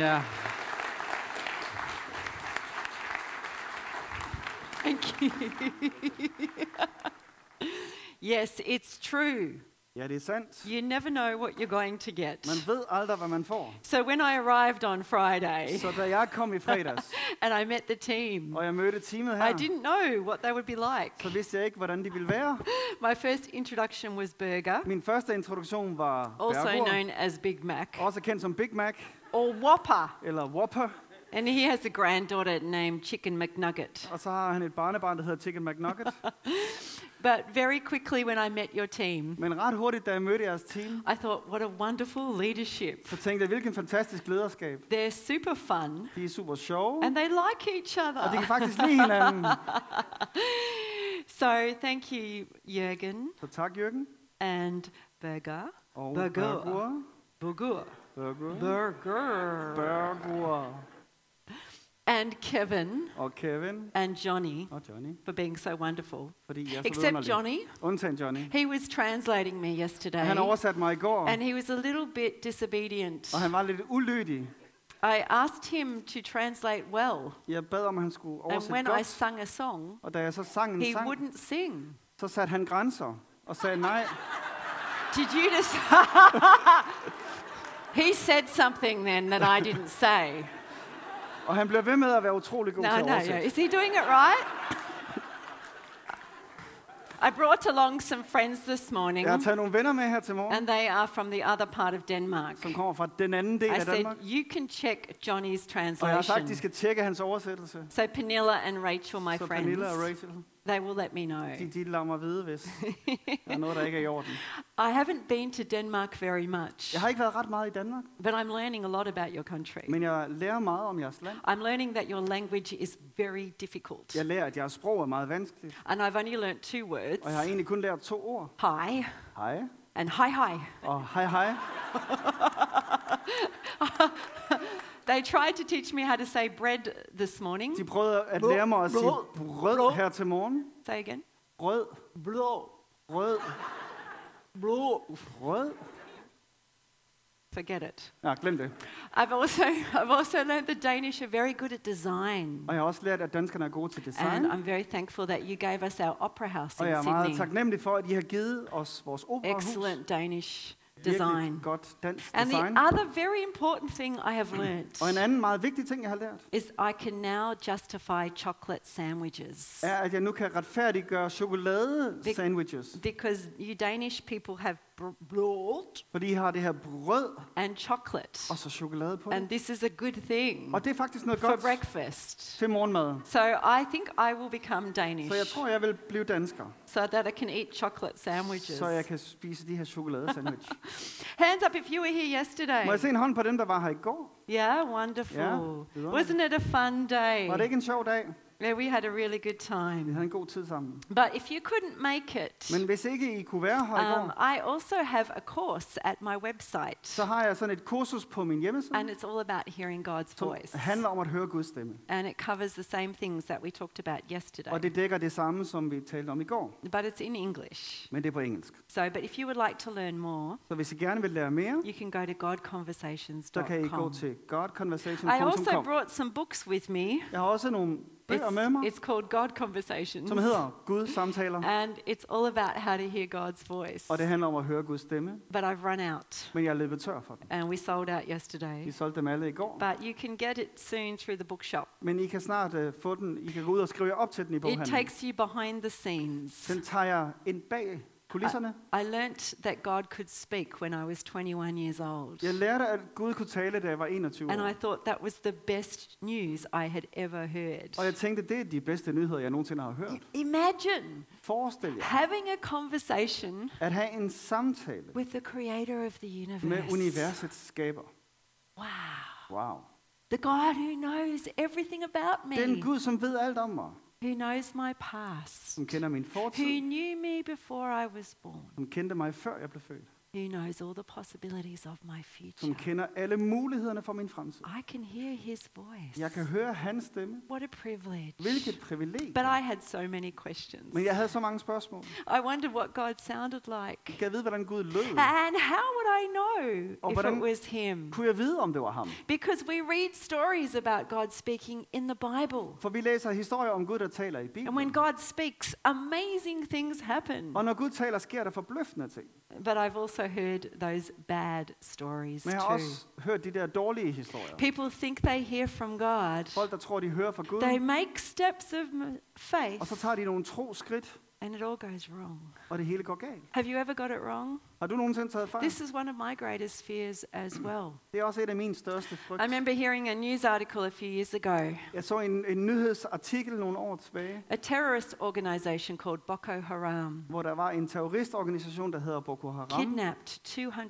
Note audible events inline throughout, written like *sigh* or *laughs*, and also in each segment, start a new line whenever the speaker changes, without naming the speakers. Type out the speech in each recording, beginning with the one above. Yeah.
Thank you. yes, it's true.
Ja, det er sandt.
You never know what you're going to get.
Man ved aldrig, hvad man får.
So when I arrived on Friday
Så da jeg kom i
*laughs*
fredags,
and I met the team,
og jeg mødte teamet
I
her,
didn't know what they would be like.
så vidste jeg ikke, hvordan de ville være.
My first introduction was burger,
Min første introduktion var
also
Bergur,
known as Big Mac
også kendt som Big Mac
Oh, or Whopper.
eller Whopper.
And he has a granddaughter named Chicken McNugget.
Og så har han et barnebarn, der hedder Chicken
*laughs*
McNugget.
But very quickly, when I met your team,
Men ret hurtigt, da jeg mødte jeres team,
I thought, what a wonderful leadership.
så tænkte jeg, hvilken fantastisk lederskab.
They're super fun
De er super sjove,
and they like each
og de
other.
kan faktisk lide
*laughs*
hinanden.
So thank you, Jürgen
Så tak, Jørgen.
and Berger.
Og
Bergur.
Bergur.
Berger.
Bergur.
Berger.
Bergur.
And Kevin
Og Kevin.
and Johnny
Og Johnny.
for being so wonderful.
Fordi jeg er så
Except
vidunderlig.
Johnny.
Undtagen Johnny.
He was translating me yesterday
Han oversatte mig i går,
and he was a little bit disobedient.
og han var lidt ulydig.
I asked him to translate well.
Jeg bad om, at han skulle
And
oversætte
when I
godt,
sung a song,
og da jeg så sang en
he
sang,
wouldn't sing.
så satte han grænser og sagde nej.
Did you just? *laughs* he said something then that I didn't say.
Og han blev ved med at være utrolig god
No,
til at
no, no.
oversætte.
Is he doing it right? I brought along some friends this morning,
Jeg har taget nogle venner med her til morgen,
and they are from the other part of Denmark.
som kommer fra den anden del
I
af
said,
Danmark.
You can check Johnny's
Og jeg har sagt, de
translation.
skal tjekke hans oversættelse.
So, Panilla and Rachel, my
Så Pernille og
friends,
Rachel,
they will let me know.
de, de lader mig vide,
*laughs*
hvis der er noget, der ikke er i orden.
I haven't been to Denmark very much,
Jeg har ikke været ret meget i Danmark,
but I'm learning a lot about your country.
men jeg lærer meget om jeres land.
I'm learning that your language is very difficult.
Jeg lærer, at jeres sprog er meget vanskeligt,
And I've only learnt two words
og jeg har egentlig kun lært to ord.
hi
Hej
and hi hi.
og hej hej.
They tried to teach me how to say bread this morning.
De prøvede at
Blå,
lære mig at sige
blå, blå.
brød her til morgen.
Say again.
Brød,
Blow,
brød,
blow.
brød.
Forget it.
Nej, glem det.
I've also, *laughs* I've also learned the Danish are very good at design.
Og jeg har også lært, at danskerne er gode til design.
And I'm very thankful that you gave us our opera house
Og jeg
in
er meget
Sydney.
taknemmelig for, at I har givet os vores operahus.
Excellent Danish
Virkelig
design.
godt dansk
And
design. Oh,
the other very important thing I have learnt
Og en anden meget vigtig ting, jeg har lært,
is I can now justify chocolate sandwiches.
er, at jeg nu kan retfærdiggøre chokolade-sandwiches.
Because you Danish people have br- brød
Fordi I har det her brød
and chocolate.
og så chokolade på
And
det.
this is a good thing
Og det er faktisk noget
for
godt
breakfast.
til morgenmad.
So I think I will become Danish
Så jeg tror, jeg vil blive dansker,
so that I can eat chocolate sandwiches.
så jeg kan spise de her
*laughs*
chokolade-sandwich.
Hands up if you were here yesterday.
Må jeg se en hånd på dem, der var her i går?
Yeah, wonderful.
Yeah, lovely.
Wasn't it a fun day?
Var det ikke en sjov dag?
Yeah, we had a really good
Vi
time.
havde en god tid sammen.
But if you couldn't make it,
Men hvis ikke I kunne være her i
um,
går,
I also have a course at my website,
så har jeg sådan et kursus på min hjemmeside,
and it's all about hearing God's
som
voice.
handler om at høre Guds stemme.
And it covers the same things that we talked about yesterday,
Og det dækker det samme, som vi talte om i går,
but it's in English.
men det er på engelsk.
So, but if you would like to learn more,
Så hvis I gerne vil lære mere,
you can go to godconversations.com.
så kan I gå til
I also
godconversation.com.
brought some books with me.
Jeg har også nogle bøger
It's,
med mig,
it's called God Conversations.
som hedder Gud samtaler,
And it's all about how to hear God's voice.
og det handler om at høre Guds stemme,
But I've run out,
men jeg er løbet tør for dem.
and we sold out
Vi
yesterday.
solgte dem alle i går,
But you can get it soon through the bookshop.
men I kan snart uh, få den. I kan gå ud og skrive jer op til den i
It
boghandlen.
takes you behind the scenes.
Den tager jeg ind bag kulisserne.
I learnt that God could speak when I was 21 years old.
Jeg lærte, at Gud kunne tale, da jeg var 21
And I
år.
thought that was the best news I had ever heard.
Og jeg tænkte, det er de bedste nyheder, jeg nogensinde har hørt.
Imagine
Forestil jer
having a conversation
at have en samtale
with the creator of the universe.
med universets skaber.
Wow.
Wow.
The God who knows everything about me,
Den Gud, som ved alt om mig,
who knows my past,
som kender min
who
fortid,
knew me before I was born.
som kendte mig før jeg blev født.
who knows all the possibilities of my future.
som kender alle mulighederne for min fremtid.
I can hear his voice.
Jeg kan høre hans stemme.
What a privilege.
Hvilket privilegium.
But I had so many questions.
Men jeg havde så mange spørgsmål.
I wondered what God sounded like.
Kan jeg vide, hvordan Gud lød?
And how would I know
Og
if it
hvordan-
was him?
Kunne jeg vide, om det var ham?
Because we read stories about God speaking in the Bible.
For vi læser historier om Gud, der taler i
And when
Bibelen.
God speaks, amazing things happen.
Og når Gud taler, sker der forbløffende ting.
But I've also heard those bad stories
Men jeg har
too.
også hørt de der dårlige historier.
People think they hear from God.
Folk, der tror, de hører fra Gud,
They make steps of m-
og så
faith
tager de nogle troskridt,
and it all goes wrong.
og det hele går galt.
Have you ever got it wrong?
Har du nogensinde taget fejl?
This is one of my greatest fears as well.
Det er også et af mine største
I
frygter.
remember hearing a news article a few years ago.
Jeg så en, en nyhedsartikel nogle år tilbage,
A terrorist organization called Boko Haram
hvor der var en terroristorganisation, der hedder Boko Haram,
kidnapped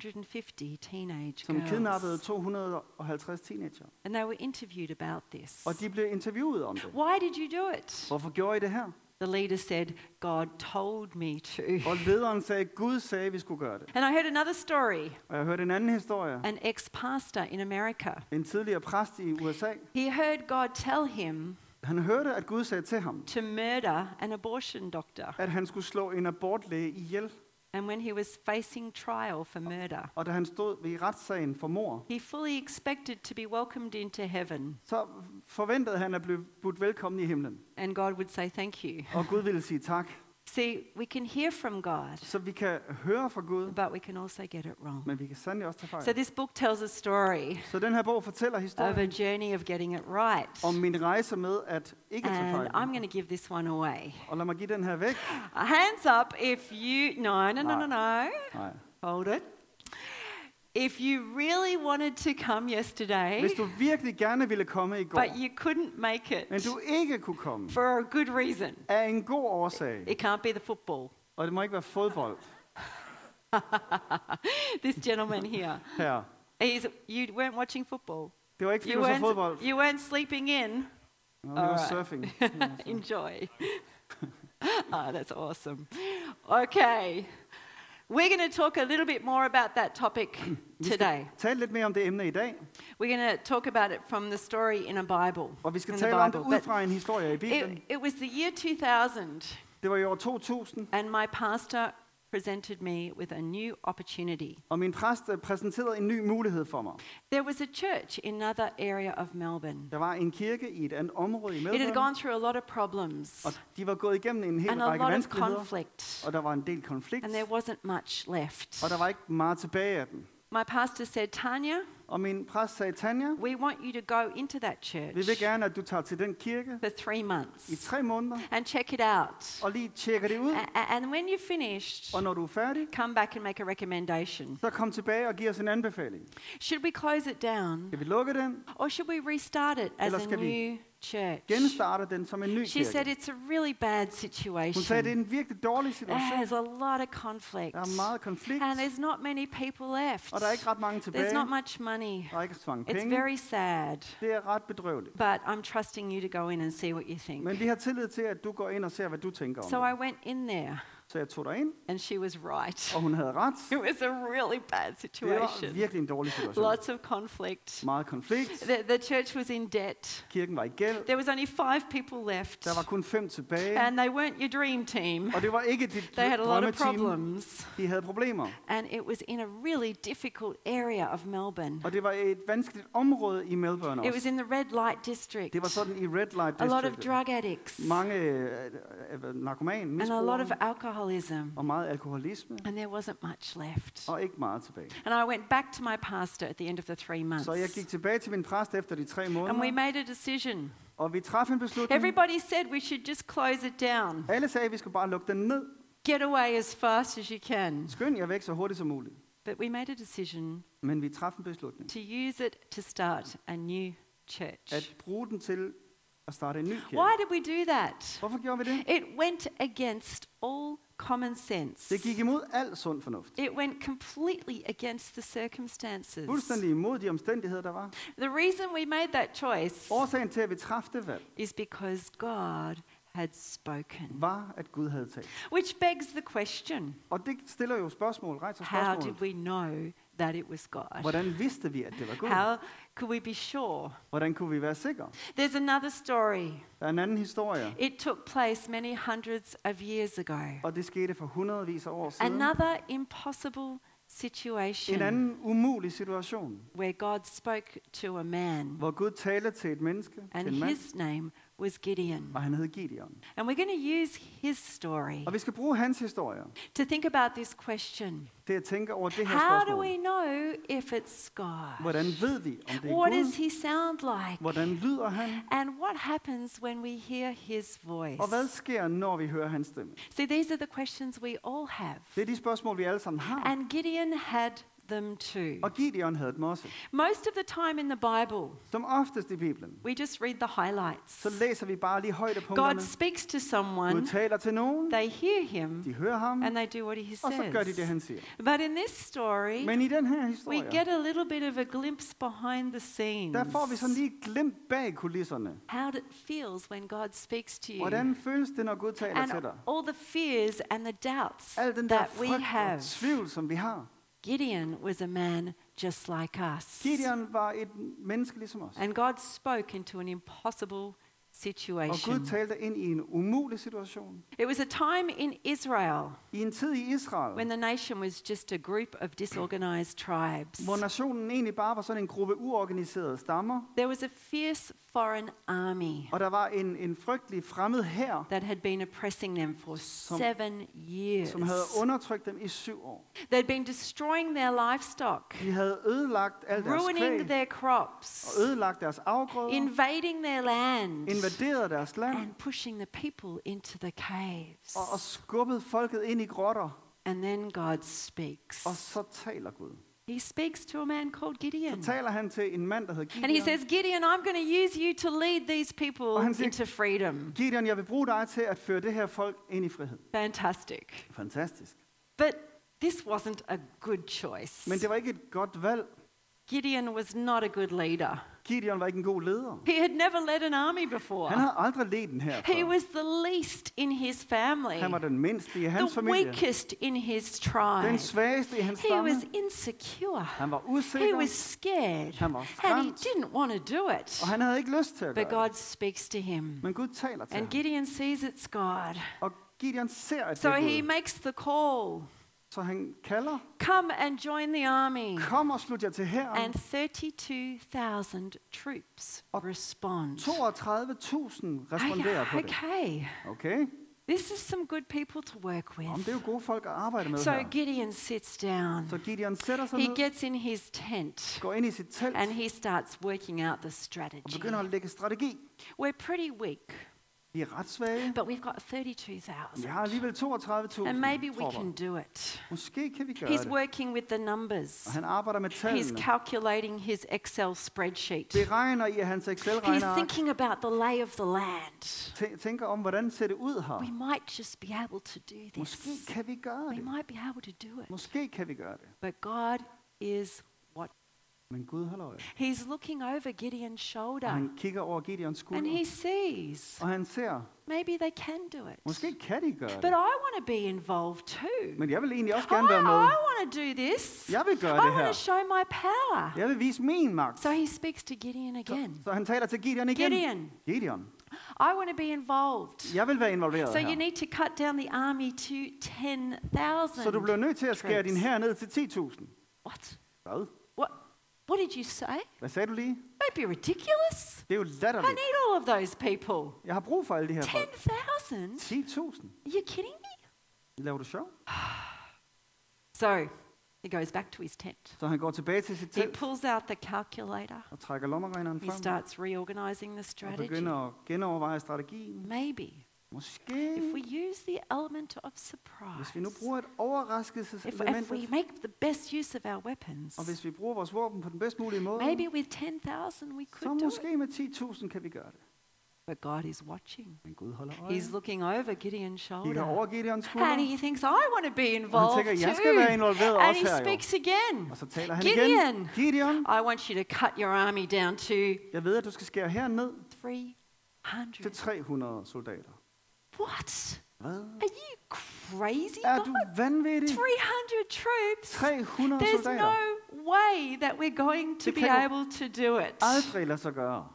250 teenage
som kidnappede
girls.
250 teenager.
And they were interviewed about this.
Og de blev interviewet om det.
Why did you do it?
Hvorfor gjorde I det her?
The leader said, God told me to.
Og lederen sagde, Gud sagde, vi skulle gøre det.
And I heard another story
Og jeg hørte en anden historie.
an ex pastor in America.
En tidligere præst i USA,
He heard God tell him
han hørte, at Gud sagde til ham,
to murder an abortion doctor.
at han skulle slå en abortlæge ihjel.
And when he was facing trial for murder,
Og da han stod ved retssagen for mor,
he fully expected to be welcomed into heaven.
så forventede han at blive budt velkommen i himlen.
And God would say, Thank you.
Og Gud ville sige tak.
See, we can hear from God,
Så vi kan høre fra Gud,
but we can also get it wrong.
men vi kan sandelig også tage
So
fejl.
this book tells a story
Så den her bog fortæller
of a
historien
journey of getting it right.
om min rejse med at ikke tage
And I'm
fejl.
going to give this one away.
Og lad mig give den her væk.
Uh, Hands up if you. No, no, no, no, no.
Nej.
Hold it. If you really wanted to come yesterday,
Hvis du virkelig gerne ville komme i går,
but you couldn't make it
men du ikke kunne komme,
for a good reason,
af en god årsag,
it can't be the football. *laughs*
og det må ikke være fodbold
This gentleman here,
her.
he's, you weren't watching football.
Det var ikke fordi,
You
du så
weren't,
fodbold.
you weren't sleeping in.
Nå, det var
Alright.
surfing.
*laughs* Enjoy. Ah, that's awesome. Okay. We're going to talk a little bit more about that topic today.
Tal lidt mere om det emne i dag,
We're going to talk about it from the story in a Bible.
og vi skal
in the
tale om det
Bible.
ud
But
fra en historie i
it,
Bibelen.
it was the year 2000,
Det var i år 2000,
and my pastor presented me with a new opportunity.
og min præst øh, præsenterede en ny mulighed for mig.
There was a church in another area of Melbourne.
Der var en kirke i et andet område i
It had
Melbourne,
gone through a lot of problems
og de var gået igennem en hel
and a
række
lot of
vanskeligheder,
conflict,
og der var en del konflikt,
and there wasn't much left.
og der var ikke meget tilbage af den.
My pastor said, Tanya,
Og min præst sagde, Tanja,
we want you to go into that
vi vil
church
gerne, at du tager til den kirke
for three
i
months
tre måneder,
and check it out.
og lige tjekker det ud,
A- a- and when you're finished,
og når du er færdig,
come back and make a recommendation.
Så kom tilbage og giv os en anbefaling.
Should we close it down
Skal vi lukke den?
or should we restart it as
Eller
a
skal vi
new church?
Genstarte den som en ny
She said
kirke.
it's a really bad
Hun sagde, det
situation.
er en virkelig dårlig situation.
There's a lot of conflict.
Der er meget konflikt,
And there's not many people left.
og der er ikke ret mange
There's
tilbage.
not much money.
Der er ikke så mange
It's
penge.
very sad.
Det er ret bedrøveligt.
But I'm trusting you to go in and see what you
Men
think.
vi har tillid til, at du går ind og ser, hvad du tænker om
So I
det.
went in there,
Så jeg tog dig ind,
and she was right.
og hun havde ret.
*laughs* It was a really bad
Det var
situation.
virkelig en dårlig situation.
Lots of conflict.
Meget konflikt.
The, the church was in debt.
Kirken var i gæld.
There was only five people left,
Der var kun fem tilbage.
and they weren't your dream
*laughs*
team.
Og det var ikke dit
They had a lot of
drømmeteam.
problems,
De havde problemer.
and it was in a really difficult area of Melbourne.
Og det var et vanskeligt område i Melbourne
It was
også.
in the red light district.
Det var sådan i Red Light
A lot of
District.
drug addicts and
mange øh, øh, øh, narkoman,
a lot of
misbrugere,
alcoholism,
og meget alkoholisme,
and there wasn't much left.
og ikke meget tilbage.
And I went back to my pastor at the end of the three months.
Så jeg gik tilbage til min præst efter de tre
And we
måneder,
made a decision.
og vi traf en beslutning.
Everybody said we should just close it down.
Alle sagde, at vi skulle bare lukke den ned.
Get away as fast as you can.
Skynd jer væk så hurtigt som muligt.
But we made a decision
Men vi traf en beslutning.
to use it to start a new church.
At bruge den til at starte en ny
Why
kirke.
did we do that?
Hvorfor gjorde vi det?
It went against all common sense.
Det gik imod al sund fornuft.
It went completely against the circumstances.
Fuldstændig imod de omstændigheder, der var.
The reason we made that choice
Årsagen til, at vi traf det valg,
is because God had spoken.
var, at Gud havde talt.
Which begs the question
Og det stiller jo spørgsmål, rejser
how
spørgsmål.
did we know that it was God?
Hvordan vidste vi, at det var Gud?
How could we be sure?
Hvordan kunne vi være sikre?
There's another story.
Der er en anden historie,
It took place many hundreds of years ago.
og det skete for hundredvis af år siden.
Another impossible
En
situation
anden umulig situation,
where God spoke to a man,
hvor Gud talte til et menneske, til
and
en mand,
his name was Gideon.
og han hed Gideon.
And we're going to use his story
Og vi skal bruge hans historie
to think about this question
til at tænke over det her
How do we
spørgsmål.
know if it's God?
Hvordan ved vi, om det er
What does
Gud?
he sound like?
Hvordan lyder han?
And what happens when we hear his voice?
Og hvad sker, når vi hører hans stemme?
See, these are the questions we all have.
Det er de spørgsmål, vi alle sammen har.
And Gideon had them too.
Og Gideon havde dem også.
Most of the time in the Bible,
Som oftest i Bibelen,
we just read the highlights.
så læser vi bare lige
God
højdepunkterne.
speaks to
Gud
someone,
taler til nogen,
they hear him,
de hører ham,
and they do what he
og så gør de det,
says.
han siger.
But in this story,
Men i den her
we
historie,
get a little bit of a glimpse behind the scenes.
der får vi sådan lige glimt bag kulisserne.
How it feels when God speaks to you.
Hvordan føles det, når Gud taler til
and
dig?
all the fears and the doubts
Al den der
that we
frygt og
have.
tvivl, som vi har.
Gideon was a man just like us.
Gideon var et menneske ligesom os.
And God spoke into an impossible
Og Gud
situation.
talte ind i en umulig situation.
It was a time in Israel
I en tid i Israel,
when the nation was just a group of disorganized tribes.
hvor nationen egentlig bare var sådan en gruppe uorganiserede stammer,
There was a fierce foreign army
og der var en, en frygtelig fremmed her,
that had been oppressing them for
Som-
seven years.
som havde undertrykt dem i syv år.
They'd been destroying their livestock,
De havde ødelagt alt deres
ruining
kvæg,
their crops,
og ødelagt deres afgrøder,
invading their land,
invaderet deres land,
and pushing the people into the caves.
og, og skubbet folket ind i grotter,
And then God
og
speaks.
så taler Gud.
He speaks to a man called Gideon.
Så taler han til en mand, der hedder
And he
Gideon.
says, Gideon, I'm going to use you to lead these people
Og han siger-
into freedom.
Gideon, jeg vil bruge dig til at føre det her folk ind i frihed.
Fantastic.
Fantastisk.
But this wasn't a good choice.
Men det var ikke et godt valg.
Gideon was not a good leader.
Gideon var ikke en god leder.
He had never led an army before.
Han havde aldrig ledt den her.
He was the least in his family,
Han var den mindste i hans
the
familie.
weakest in his tribe.
Den svageste i hans
He was
stamme.
insecure.
Han var
He
usikker,
was scared.
Han var
And he
skræmt.
didn't want to do it.
og han havde ikke lyst til at
But
gøre det.
God speaks to him.
Men Gud taler til
And
ham.
Gideon sees it's God.
Og Gideon ser, at det
So he
er Gud.
makes the call.
Så han kalder,
Come and join the army.
kom og slut jer til her.
And 32,000 troops
Og
respond.
32.000 responderer på
Okay,
det.
okay.
Okay?
This is some good people to work
Om det
with.
er jo gode folk at arbejde med
So
her.
Gideon sits down.
Så Gideon sætter sig
He
ned,
gets in his tent
går ind i sit telt
and he starts working out the
og
strategy.
begynder at lægge strategi.
We're pretty weak,
Vi er ret svage.
but we've got
Vi har
32,000.
alligevel 32.000
And maybe we
tropper.
can do it.
Måske kan vi gøre
He's
det.
working with the numbers.
Og han arbejder med
He's
tallene.
calculating his Excel spreadsheet.
Beregner i hans
He's
Excel-regner.
thinking about the lay of the land.
Tæ- tænker om, hvordan ser det ud her?
We might just be able to do
Måske
this.
kan vi gøre
We
det.
might be able to do it.
Måske kan vi gøre det.
But God is what?
Men Gud holder øje.
He's looking over Gideon's
Og
shoulder
han kigger over Gideons
and
skulder.
he sees
Og han ser,
maybe they can do it.
måske kan de gøre
But I
det.
want to be involved too.
Men jeg vil egentlig også
I,
gerne være med.
want to do this.
Jeg vil
I
gøre det
want to
her.
show my power.
Jeg vil vise min magt.
So he speaks to Gideon again.
Så, så han taler til Gideon igen.
Gideon,
Gideon.
I want to be involved.
Jeg vil være involveret
So you
her.
need to cut down the army to 10,000.
Så du bliver nødt til at skære din
troops.
her ned til 10.000.
What?
Hvad?
What? What did you say?
Hvad sagde du lige?
Don't be ridiculous.
Det er jo
I
latterligt.
need all of those people.
Jeg har brug for alle de her folk.
10,000?
10.000?
Are you kidding me?
Laver du sjov?
So he goes back to his tent.
Så han går tilbage til sit
He
telt
pulls out the calculator.
og trækker lommeregneren
He
frem
starts reorganizing the
og
strategy.
begynder at genoverveje strategien.
Maybe
Måske,
if we use the element of
Mm. hvis vi nu
surprise,
bruger et
if, if we
overraskelseselement,
make the best use of our weapons,
og hvis vi bruger vores våben på den bedst mulige måde,
maybe with 10,000 we
så
could do it.
måske med 10.000 kan vi gøre det.
But God is watching.
Men Gud holder øje.
He's looking over Gideon's
Kigger
shoulder.
over Gideons
And
skulder,
he thinks, I want to be
og
involved
han tænker, jeg skal være
too.
involveret
And
også
he
her jo.
speaks again.
Og så taler han
Gideon,
igen. Gideon,
I want you to cut your army down to
jeg ved, at du skal skære her ned til
300.
300 soldater.
What?
Hvad?
Are you crazy?
Er
God?
du vanvittig?
300 troops?
300
There's
soldater.
no way that we're going to
Det
be
kan jo
able to do it.
Aldrig lade sig gøre.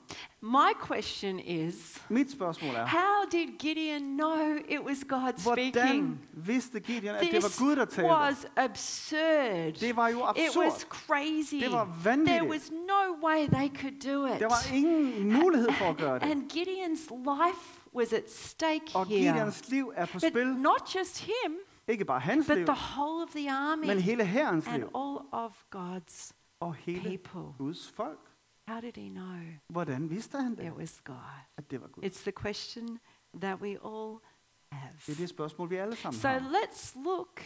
My question is
Mit spørgsmål er,
how did Gideon know it was God speaking?
hvordan vidste Gideon, at det var
This
Gud, der talte?
was absurd.
Det var jo
It was
absurd.
crazy.
Det var
There
vanvittigt.
was no way they could do it.
Der var ingen mulighed for at gøre det.
And Gideon's life was at stake
Og
here.
Gideons liv er på
But
spil.
not just him,
Ikke bare hans
but
liv,
the whole of the army
men hele herrens
and
liv.
all of God's
Og hele
people.
Guds folk.
How did he know
Hvordan vidste han det,
it was God?
at det var Gud?
It's the question that we all
Det er
have.
det spørgsmål, vi alle sammen
So
har.
let's look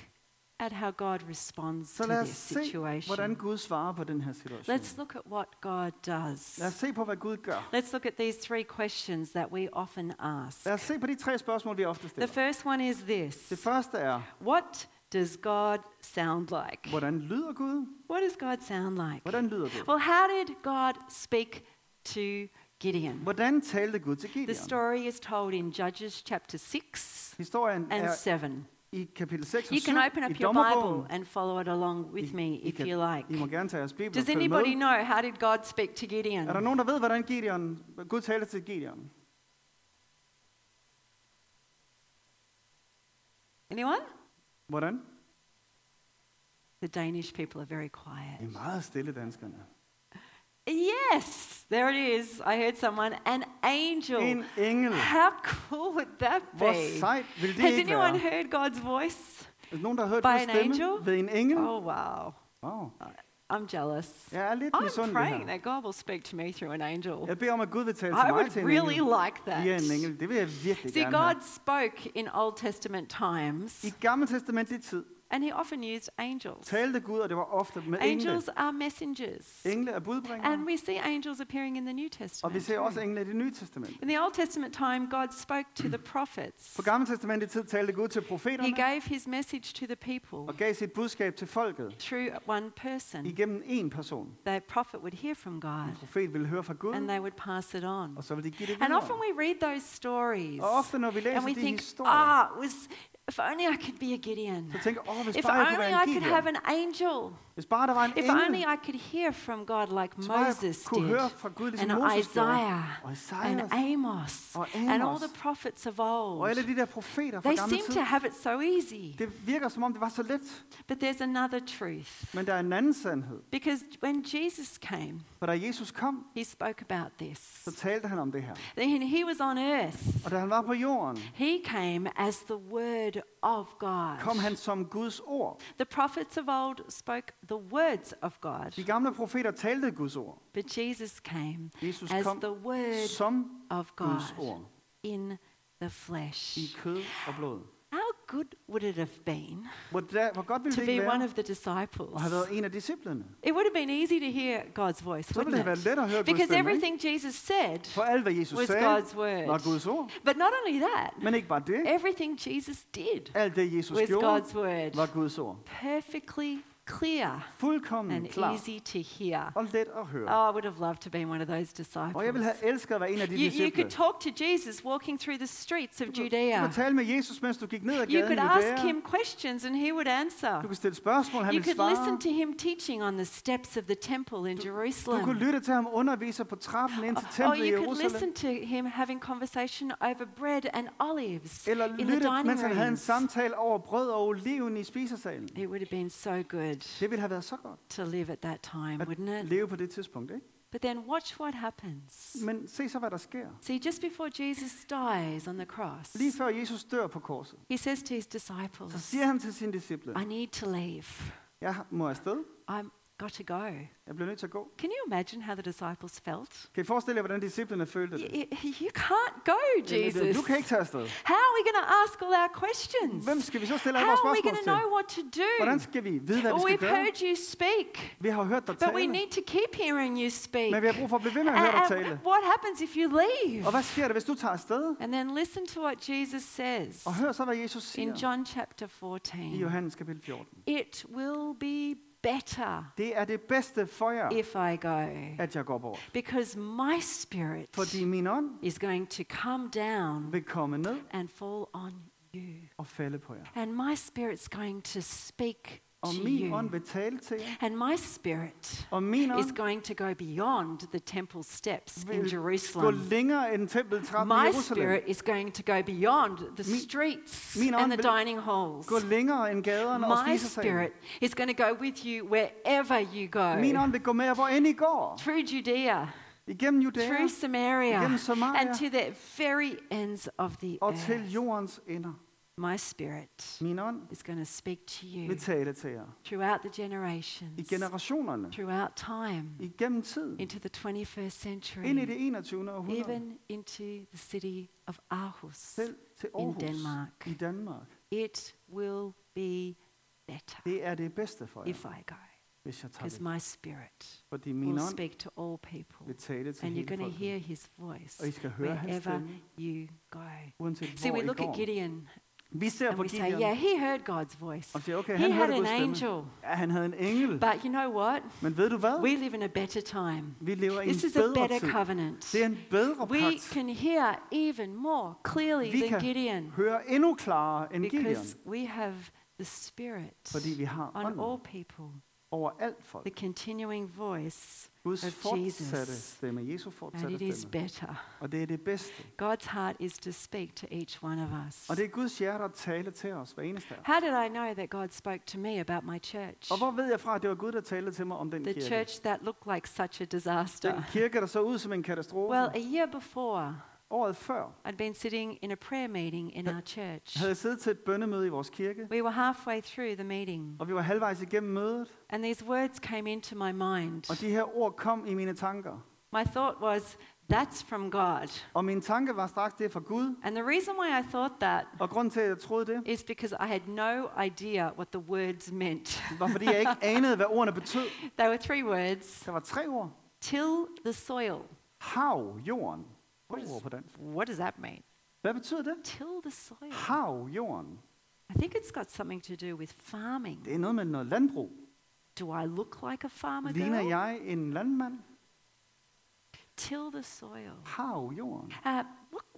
at how God responds
Så
to
lad os
this
se, hvordan
situation.
Gud svarer på den her situation.
Let's look at what God
Lad os
does.
se på, hvad Gud gør.
Let's look at these three questions that we often ask.
Lad os se på de tre spørgsmål, vi ofte
The
stiller.
first one is
Det
this
første er,
What does God sound like?
hvordan lyder Gud?
What does God sound like?
Hvordan lyder Gud?
Well, how did God speak to Gideon?
Hvordan talte Gud til
The
Gideon?
story is told in Judges chapter 6
Historien
and
er
7.
i kapitel 6 og
You
7
can open
i
up your Bible
dommerbogen.
and follow it along
I-
with me
I
if
kan-
you like.
I må gerne tage jeres bibel og
Does
følge
anybody
med.
know how did God speak to
Er der
Gideon?
nogen, der ved, hvordan Gideon, Gud talte til Gideon?
Anyone?
Hvordan?
The Danish people are very
Det
quiet.
er meget stille, danskerne.
Yes, there it is. I heard someone. An angel.
En engel.
How cool would that
Hvor
be?
sejt vil det
Has
ikke
anyone
være?
heard God's voice?
Er der nogen, der har hørt
By
Guds
an
stemme
angel?
ved en engel?
Oh, wow.
Wow.
I'm jealous.
Jeg er lidt
I'm
misundelig
praying
her.
that God will speak to me through an angel.
Jeg beder om, at Gud vil tale
I
til mig
would
til en
really
engel.
like that.
Via en engel. Det vil jeg virkelig
See,
gerne have.
God spoke in Old Testament
I
times,
gamle testamentlig tid
and He often used angels.
talte Gud, og det var ofte med engle.
Angels are messengers.
Engle er
And
budbringere,
we see angels appearing in the New
og
Testament.
vi ser også
too.
engle i det nye testament.
in the Old Testament time, God spoke to the
*clears throat*
prophets.
På gamle testamentlig tid talte Gud til
He
profeterne
gave his message to the people
og gav sit budskab til folket
through one person.
igennem en person.
The prophet would hear from God,
En profet ville høre fra
and
Gud,
they would pass it on.
og så ville de give det
And often
videre.
we read those stories,
Og ofte, når vi
and
læser
we
de
think,
historier,
ah, it was if only I could be a Gideon.
så tænker jeg, åh, hvis
If
bare jeg kunne
only
være
I
en
could have
Gideon.
an angel.
Hvis bare der var en
If only
engel,
I could hear from God like
så bare jeg
Moses
kunne
did,
høre fra Gud, ligesom
and
Moses gjorde.
Isaiah,
Og
and
Isaias,
Amos,
og
and all
Amos.
the prophets of
og alle
old.
de der profeter fra
They
gamle
seem
tid.
to have it so easy.
Det virker, som om det var så let.
But there's another truth.
Men der er en anden sandhed.
Because when Jesus came,
For da Jesus kom,
he spoke about
så
this.
talte han om det her.
Then he was on earth.
Og da han var på jorden,
He came as the Word of God.
kom han som Guds ord.
The prophets of old spoke the words of God,
De gamle profeter talte Guds ord.
but Jesus came
Jesus
as
kom
the Word
som
of God
Guds ord
in the flesh.
i kød og blod.
How good would it have been
Hvor, da, hvor godt ville
to
det ikke
be one
være
of the disciples?
at have været en af disciplene?
It would have been easy to hear God's voice,
Så ville det have
wouldn't
været let at høre
it?
Guds
Because
stemme. ikke?
everything Jesus said,
For alt, hvad Jesus
was
sagde,
God's word.
var Guds ord.
but not only that,
Men ikke bare det.
everything Jesus did
Alt det, Jesus
was
gjorde,
God's word.
var Guds ord.
Perfectly clear
Fuldkommen
and
klar
easy to hear.
og let at høre.
Oh, I would have loved to be one of those
Og jeg ville
disciples.
have elsket at være en af de
You, you
disciple.
could talk to Jesus walking through the streets of
Du kunne- Du
Judea.
kunne tale med Jesus, mens du gik ned ad
You
gaden i
could ask
Judæa.
him questions and he would answer.
Du kunne stille spørgsmål, han
You
ville
could listen
svare.
to him teaching on the steps of the temple in
Du kunne
Jerusalem.
lytte til ham undervise på trappen ind til
Or
templet i
Oh, you could
Jerusalem.
listen to him having conversation over bread and olives
Eller
in the
lytte,
dining
mens han havde en
rooms.
samtale over brød og oliven i spisesalen.
It would have been so good
Det ville have været så godt
to live at that time, wouldn't
at
it?
leve på det tidspunkt. Ikke?
But then watch what happens.
Men se så, hvad der sker.
See, just before Jesus dies on the cross,
Lige før Jesus dør på korset,
he says to his
så
disciples,
siger han til sine disciple,
I need to leave.
jeg må afsted.
I've got to go.
Jeg bliver nødt til at gå.
Can you imagine how the disciples felt?
Kan I forestille jer, hvordan disciplene følte det?
Y- y- you can't go, Jesus.
Du kan ikke tage afsted.
How are we going to ask all our questions?
Hvem skal vi så stille alle vores
How are we
spørgsmål
going to
til?
know what to do?
Hvordan skal vi vide, hvad vi
Well,
skal
we've
gøre?
heard you speak,
Vi har hørt dig
but we
tale,
need Uh, to keep hearing you speak.
men vi har brug for at blive ved med at høre dig
And-
tale.
and what happens if you leave?
Og hvad sker der, hvis du tager afsted?
And then listen to what Jesus says
Og hør så, hvad Jesus
in
siger
John chapter
i
14.
Johannes kapitel 14.
It will be better
Det er det bedste for jer,
if I go.
at jeg går bort.
Because my spirit
Fordi min ånd
is going to come down
vil komme ned
and fall on you.
og falde på jer.
And my spirit's going to speak
Og
to
min ånd
you.
vil tale til jer.
And my spirit
Og min
is
ånd
going to go beyond the temple steps in
vil gå
Jerusalem.
længere end tempeltrappen i
My
Jerusalem.
spirit is going to go beyond the
Min-
streets
min ånd
and the
vil
dining halls.
Gå længere end gaderne og
My
spisesalene.
spirit is going to go with you wherever you
Min
go.
ånd vil gå med jer, hvor end I går.
Through Judea,
Igennem
through
Judæa
Samaria,
igennem Samaria.
and to the very ends of the
og til
earth.
jordens ender.
My spirit
Min ånd
is going to speak to you
vil tale til jer.
throughout the
I
generations,
generationerne.
throughout time,
Igennem tiden.
into the 21st
Ind i
century,
det 21. århundrede.
even into the city of Aarhus.
Selv til
in
Aarhus.
Denmark.
I Danmark.
It will be better
Det er det bedste for jer,
if I go,
hvis jeg tager
because
det.
my spirit
Fordi min
will
ånd
speak to all people.
vil tale til
And you're
hele
going to
folket,
hear his voice
Og I skal høre hans
wherever
stemme,
you go.
uanset
See, we
hvor I
look at
går.
Gideon
Vi ser
and
på
we say, yeah,
Gideon
he heard God's voice.
og siger, okay,
He
han
had
hørte
an
Guds
angel.
stemme. Ja, han havde en engel.
But you know what?
Men ved du hvad?
We live in a better time.
Vi lever i en
This is a
bedre
better
tid.
covenant.
Det er en bedre
We
pagt.
can hear even more clearly
Vi
than
kan
Gideon
høre endnu klarere end Gideon,
because we have the Spirit
fordi vi har
on all
ånden
people,
over alt
the
folk.
continuing voice
Guds
of
fortsatte
Jesus.
stemme, Jesu
And it
fortsatte
is
stemme.
better.
Og det er det bedste.
God's heart is to speak to each one of us.
Og det er Guds hjerte at tale til os, hver eneste af os.
How did I know that God spoke to me about my church?
Og hvor ved jeg fra, at det var Gud, der talte til mig om den
The
kirke?
church that looked like such a
Den
disaster.
kirke, der så ud som en katastrofe.
Well, a year before,
Året før
I'd been sitting in a prayer meeting in our church.
havde jeg siddet til et bønnemøde i vores kirke,
We were halfway through the meeting,
og vi var halvvejs igennem mødet,
and these words came into my mind.
og de her ord kom i mine tanker.
My thought was, that's from God.
Og min tanke var straks, det er fra Gud.
And the reason why I thought that
Og grunden til, at jeg troede det,
is because I had no idea what the words meant. *laughs*
var fordi jeg ikke anede, hvad ordene betød.
There were three words
Der var tre ord.
till the soil.
Hav, jorden. Tre ord på dansk.
What does that mean?
Hvad betyder det?
Till the soil.
Hav, jorden.
I think it's got something to do with farming.
Det er noget med noget landbrug.
Do I look like a farmer
Ligner
girl?
jeg en landmand?
Till the soil.
Hav, jorden.
Uh, what,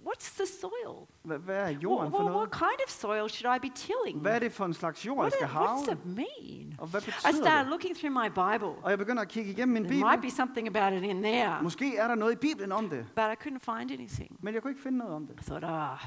what's the soil?
Hvad, hvad er
Wha- wha-
jorden
What,
for noget?
kind of soil should I be tilling?
Hvad er det Altså, for en slags jord, jeg
What
skal
it- what's
have?
it mean?
Og hvad
I
betyder
started
det?
looking through my Bible.
Og jeg begynder at kigge igennem min
There might
bibel.
be something about it in there,
Måske er der noget i Bibelen om det,
but I couldn't find anything.
men jeg kunne ikke finde noget om det.
I thought, ah,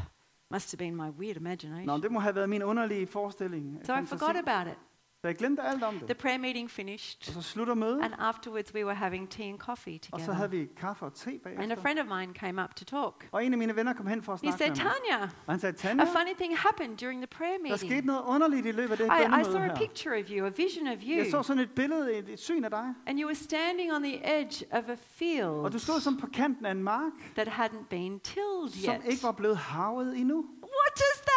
must have been my weird imagination.
Nå, men det må have været min underlige forestilling.
so I
fantasi.
forgot about it.
Så jeg glemte alt om
The
det.
prayer meeting finished,
Og så slutter mødet,
and afterwards we were having tea and coffee
og så havde
together.
vi kaffe og te
And a
bagefter.
friend of mine came up to talk.
Og en af mine venner kom hen for at
He
snakke
said,
med mig.
Tanya,
Og han sagde, Tanja,
A funny thing happened during the prayer
der skete
meeting.
noget underligt i løbet af det her
I, I saw a
bønnemøde her.
picture of you, a vision of
Jeg så
you,
sådan et billede, et, et syn af dig.
and you were standing on the edge of a
Og
field
du stod som på kanten af en mark,
that hadn't been tilled
som
yet.
ikke var blevet havet endnu.
What does that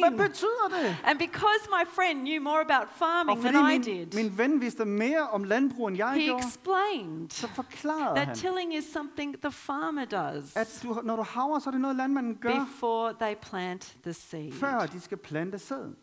Hvad
mean?
betyder det?
And because my friend knew more about
Og
farming than
fordi
I
min,
did,
min ven vidste mere om landbrug, end jeg
he
gjorde,
explained
så forklarede
that
han,
tilling is something the farmer does
at du, når du haver, så er det noget, landmanden gør,
before they plant the seed.
før de skal plante sæden.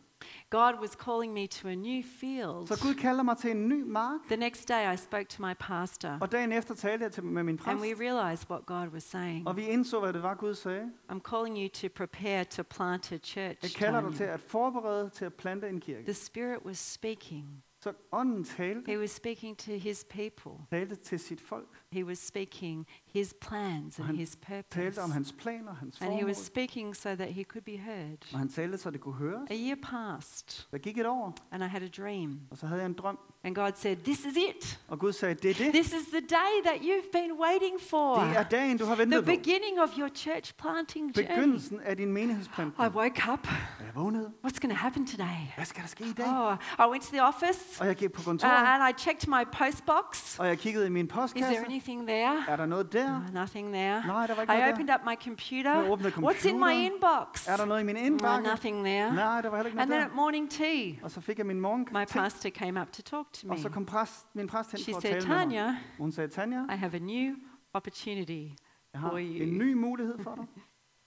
God was calling me to a new field.
Så Gud kalder mig til en ny mark,
The next day I spoke to my pastor,
og dagen efter talte jeg til, med min
and
præst,
we realized what God was saying.
og vi indså, hvad det var, Gud sagde.
I'm calling you to prepare to plant a church.
Jeg kalder dig
Tony.
til at forberede til at plante en kirke.
The Spirit was speaking.
Så ånden talte,
He was speaking to His people.
talte til sit folk,
He was speaking His plans
Og
and
han
His purpose.
talte om hans planer, hans
And He
formål,
was speaking so that He could be heard.
og han talte, så det kunne høres.
A year passed,
Der gik et år,
and I had a dream.
og så havde jeg en drøm,
And God said, This is it.
og Gud sagde, det er det.
This is the day that you've been waiting
Det er
for.
dagen, du har
The
ventet på.
beginning of your church planting journey.
Begyndelsen af din menighedsplantning.
I woke up.
Og jeg vågnede.
What's going to happen today?
Hvad skal der ske i dag?
Oh, I went to the office.
Og jeg gik på
Uh,
kontoret,
and I checked my post box.
og jeg kiggede i min
ah. Is there
postkasse.
anything there?
Er der noget der?
No, nothing there.
Nej, der var ikke noget
I
der.
opened up my computer.
Jeg åbnede
What's in my
computeren.
inbox?
Er der noget i min
No,
indbakke?
nothing there.
Nej, der var heller ikke
And then
noget
at morning tea,
der. Og så fik jeg min
my
morgenkaffe,
pastor came up to talk to
og
me.
så kom præst, min præst hen
She
for at
said,
tale med mig.
Tanya,
Hun sagde, Tanja,
I have a new opportunity
jeg har
for
en
you.
ny mulighed
*laughs*
for dig.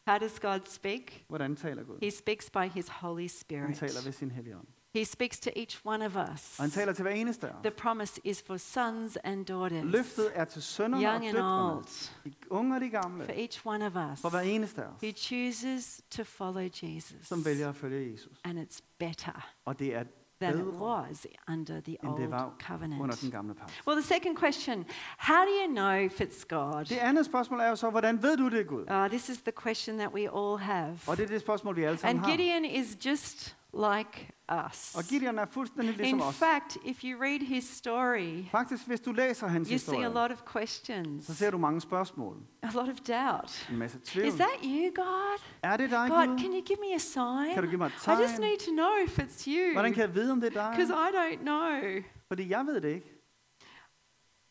How does God speak?
Hvordan taler Gud?
He speaks by His Holy
Han
Spirit.
taler ved sin hellige ånd.
He speaks to each one of us.
Og han taler til hver eneste af os.
The promise is for sons and daughters,
Løftet er til sønderne og
young and
døtrene,
old,
de unge og de
for
gamle,
each one of us
for hver eneste af os,
who chooses to follow Jesus.
som vælger at følge Jesus.
And it's better
Og det er
than it
bedre,
was under the
end det var
old covenant.
under den gamle pagt.
Well, the second question how do you know if it's God?
Det andet spørgsmål er jo så, hvordan ved du det er Gud?
Ah, this is the question that we all have.
Og det er det spørgsmål, vi alle sammen
Uh, And
har.
Gideon is just like us.
Og Gideon er fuldstændig
In
ligesom os.
fact, if you read his story,
Faktisk, hvis du læser hans
you see a
historie,
lot of
så
questions,
ser du mange spørgsmål,
a lot of doubt.
en masse
Is
tvivl.
that you, God?
Er det dig,
God,
Gud?
can you give me a sign?
Kan du give mig et
I just
tegn?
need to know if it's you.
Hvordan kan jeg vide, om det er dig?
Because I don't know.
Fordi jeg ved det ikke.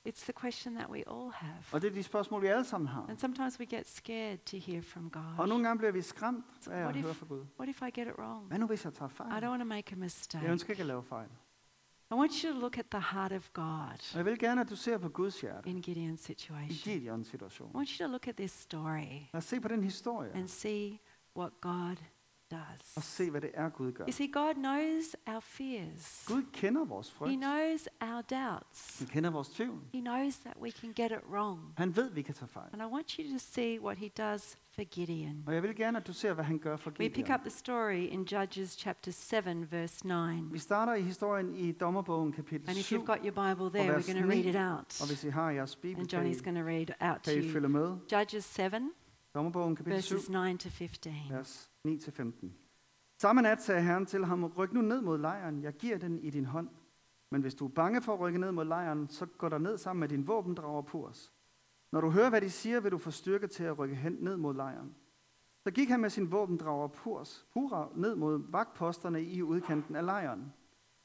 It's the question that we all have.
Og det er de spørgsmål, vi alle sammen har.
And sometimes we get scared to hear from
Og
God.
nogle gange bliver vi skræmt af
What
at
if-
høre fra Gud.
What if I get it wrong?
Hvad nu, hvis jeg tager
I don't
fejl?
want to make a mistake.
Jeg ønsker ikke at lave fejl.
I want you to look at the heart of God
Og jeg vil gerne, at du ser på Guds hjerte
in Gideon's
i
situation.
Gideons
I
situation.
want you to look at this story
Lad os se på den historie,
and see what God
og
does.
se, hvad det er, Gud gør.
You see, God knows our fears,
Gud kender vores
He
frygt.
knows our doubts,
Han kender vores tvivl.
He knows that we can get it wrong.
Han ved, vi kan tage fejl.
And I want you to see what He does for Gideon.
Og jeg vil gerne, at du ser, hvad han gør for
We pick
Gideon.
up the story in Judges chapter 7, verse 9.
Vi starter i historien i Dommerbogen kapitel
And if
7.
you've got your Bible there, we're
vers
going to read
9.
it out.
Og hvis I har jeres bibel,
And
kan I,
Johnny's going to read out
kan
to
I
you.
følge med.
Judges 7,
Dommerbogen kapitel 7,
verses 9 to 15.
vers 9-15. Samme nat sagde Herren til ham, ryk nu ned mod lejren, jeg giver den i din hånd. Men hvis du er bange for at rykke ned mod lejren, så går der ned sammen med din våbendrager Purs. Når du hører, hvad de siger, vil du få styrke til at rykke hen ned mod lejren. Så gik han med sin våbendrager Purs, Pura, ned mod vagtposterne i udkanten af lejren.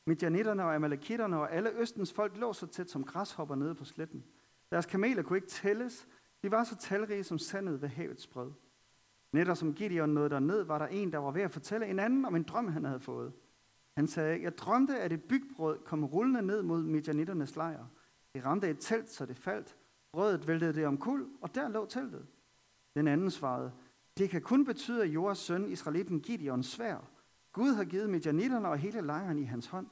Midjanitterne og amalekitterne og alle østens folk lå så tæt som græshopper nede på sletten. Deres kameler kunne ikke tælles. De var så talrige som sandet ved havets bred. Netop som Gideon nåede derned, var der en, der var ved at fortælle en anden om en drøm, han havde fået. Han sagde, jeg drømte, at et bygbrød kom rullende ned mod midjanitternes lejr. Det ramte et telt, så det faldt. Brødet væltede det omkuld, og der lå teltet. Den anden svarede, det kan kun betyde, at Joras søn, Israelitten Gideon, svær. Gud har givet midjanitterne og hele lejren i hans hånd.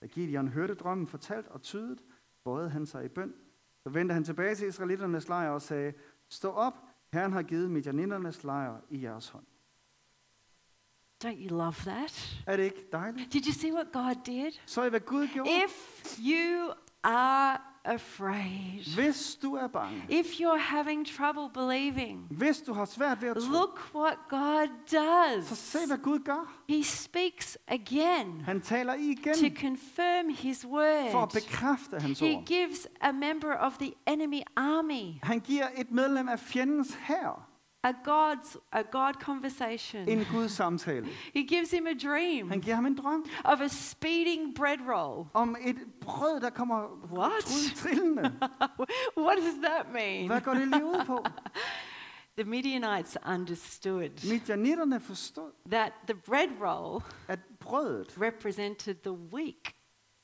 Da Gideon hørte drømmen fortalt og tydet, bøjede han sig i bøn. Så vendte han tilbage til israelitternes lejr og sagde, Stå op, Herren har givet midjanitternes lejr i jeres hånd.
Don't you love that?
Er det ikke dejligt?
Did you see what God did?
Så I hvad Gud gjorde?
If you are afraid,
Hvis du er bange,
if you're having trouble believing,
hvis du har svært ved at tro,
look what God
så
does.
se hvad Gud gør.
He speaks again
Han taler i
to
igen
confirm his
for at
word.
bekræfte hans
He
ord.
gives a member of the enemy army
Han giver et medlem af fjendens hær
a God's a God conversation.
en Guds samtale.
He gives him a
Han
dream
giver ham en drøm
of a speeding bread roll. *laughs*
om et brød, der kommer
What?
trud- trillende.
What does that mean?
Hvad går det lige ud på?
The Midianites understood
Midjanitterne forstod,
that the bread roll
at brødet
represented the weak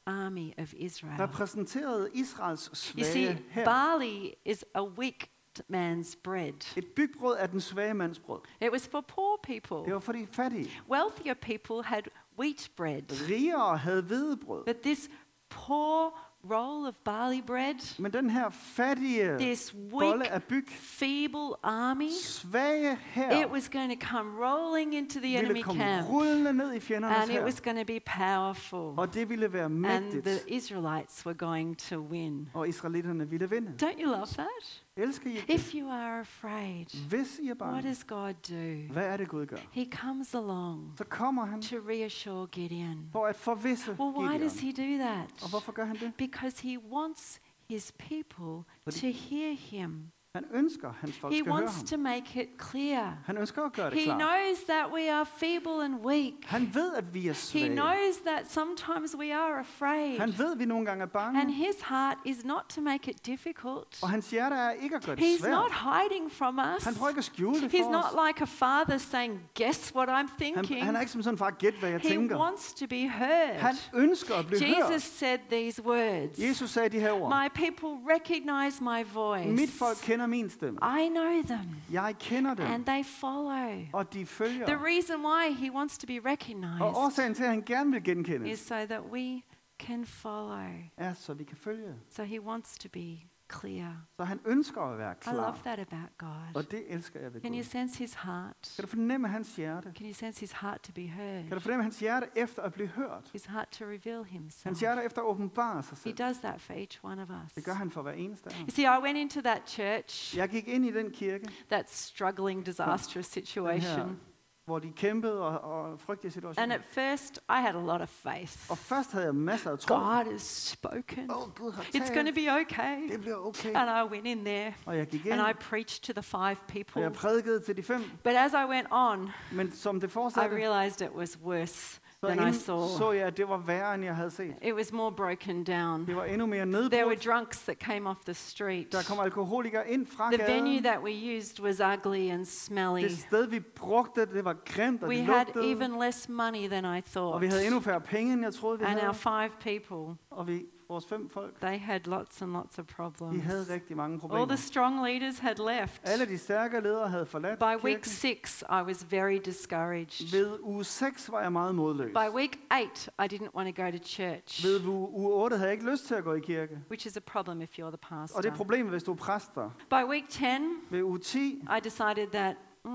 army of Israel.
repræsenterede Israels
You
svage
see,
her.
barley is a weak t- man's bread.
Et bygbrød er den svage mands brød.
It was for poor people.
Det var for de fattige.
Wealthier people had wheat bread.
Rigere havde hvedebrød.
But this poor roll of barley bread,
Men den her fattige,
this
bolle
weak,
af byg,
feeble army,
svage
it
her,
was going to come rolling into the
ville
enemy
komme
camp
rullende ned i fjendernes
and it
her.
was going to be powerful.
Og det ville være
And
mægtigt,
the Israelites were going to win.
og israelitterne ville vinde.
Don't you love that?
Elsker I det?
If you are afraid,
Hvis I er
what
bange,
does God do?
hvad er det Gud gør?
He comes along
Så kommer han
to reassure Gideon.
for at forvisse
Well, why does
Gideon.
he do that?
Og hvorfor gør han det?
Because he wants his people
Fordi-
to hear him.
Han ønsker, at hans folk
He
skal høre
wants
ham.
to make it clear.
Han ønsker at gøre det
He
klart.
knows that we are feeble and weak.
Han ved, at vi er
He
svage.
knows that sometimes we are afraid.
Han ved, at vi nogle gange er
And
bange.
his heart is not to make it difficult.
Og hans hjerte er ikke at gøre det
He's not
svært.
hiding from us.
Han prøver ikke at skjule det
He's
for
not
os.
like a father saying, Guess what I'm
Han, han er
thinking.
ikke som sådan, far, gæt hvad jeg
He
tænker.
wants to be heard.
Han ønsker at blive
Jesus
hørt.
said these words
Jesus sagde de her ord.
My people recognize my voice.
Mit folk kender min stemme.
I know them
Jeg kender dem,
and they follow.
og de
The
følger.
reason why he wants to be
Og
recognized
årsagen til, at han gerne vil genkende,
is so that we can follow.
er, så vi kan følge.
So he wants to be clear.
Så han ønsker at være
I love
klar.
that about God.
Og det elsker jeg ved
Can you
Gud.
sense his heart?
Kan du fornemme hans hjerte?
Can you sense his heart to be
Kan du
heard?
fornemme hans hjerte efter at blive hørt?
His heart to reveal
Hans
himself.
hjerte efter at åbenbare sig
He
selv.
does that for each one of us.
Det gør han for hver eneste af
You
os.
see, I went into that church,
Jeg gik ind i den kirke,
that struggling, disastrous
den her,
situation,
hvor de kæmpede og, og frygtede
and
situationen.
at first I had a lot of faith.
Og først havde jeg masser af tro.
God has spoken.
Åh, Gud har
It's going to
talt.
be okay.
Det bliver okay.
And I went in there
Og jeg gik ind,
and I preached to the five
og
people.
jeg prædikede til de fem.
But as I went on,
Men som det
I
fortsatte,
realized it was worse
så,
than I
inden, så
saw.
jeg, at det var værre, end jeg havde set.
It was more broken
Det
down.
var endnu mere
There were
nedbrudt.
drunks that came off the street.
Der kom alkoholikere ind fra
The venue
gaden.
that we used was ugly and smelly.
Det sted, vi brugte, det var grimt, og
We
det
had
lugtede.
even less money than I
Og
thought.
vi havde endnu færre penge, end jeg troede, vi
And our
havde.
five people,
Og vi, vores fem folk,
they had lots and lots of
de havde
problems.
rigtig mange
All the
problemer.
strong leaders had left.
Alle de stærke ledere havde forladt
By week
kirken.
six, I was very discouraged.
Ved uge 6 var jeg meget modløs.
By week eight, I didn't want to go to church,
Ved uge uge 8 havde jeg ikke lyst til at gå i kirke.
which is a problem if you're the
Og det
pastor.
er problemet, hvis du er præster.
By week 10,
Ved uge 10
I decided that mm,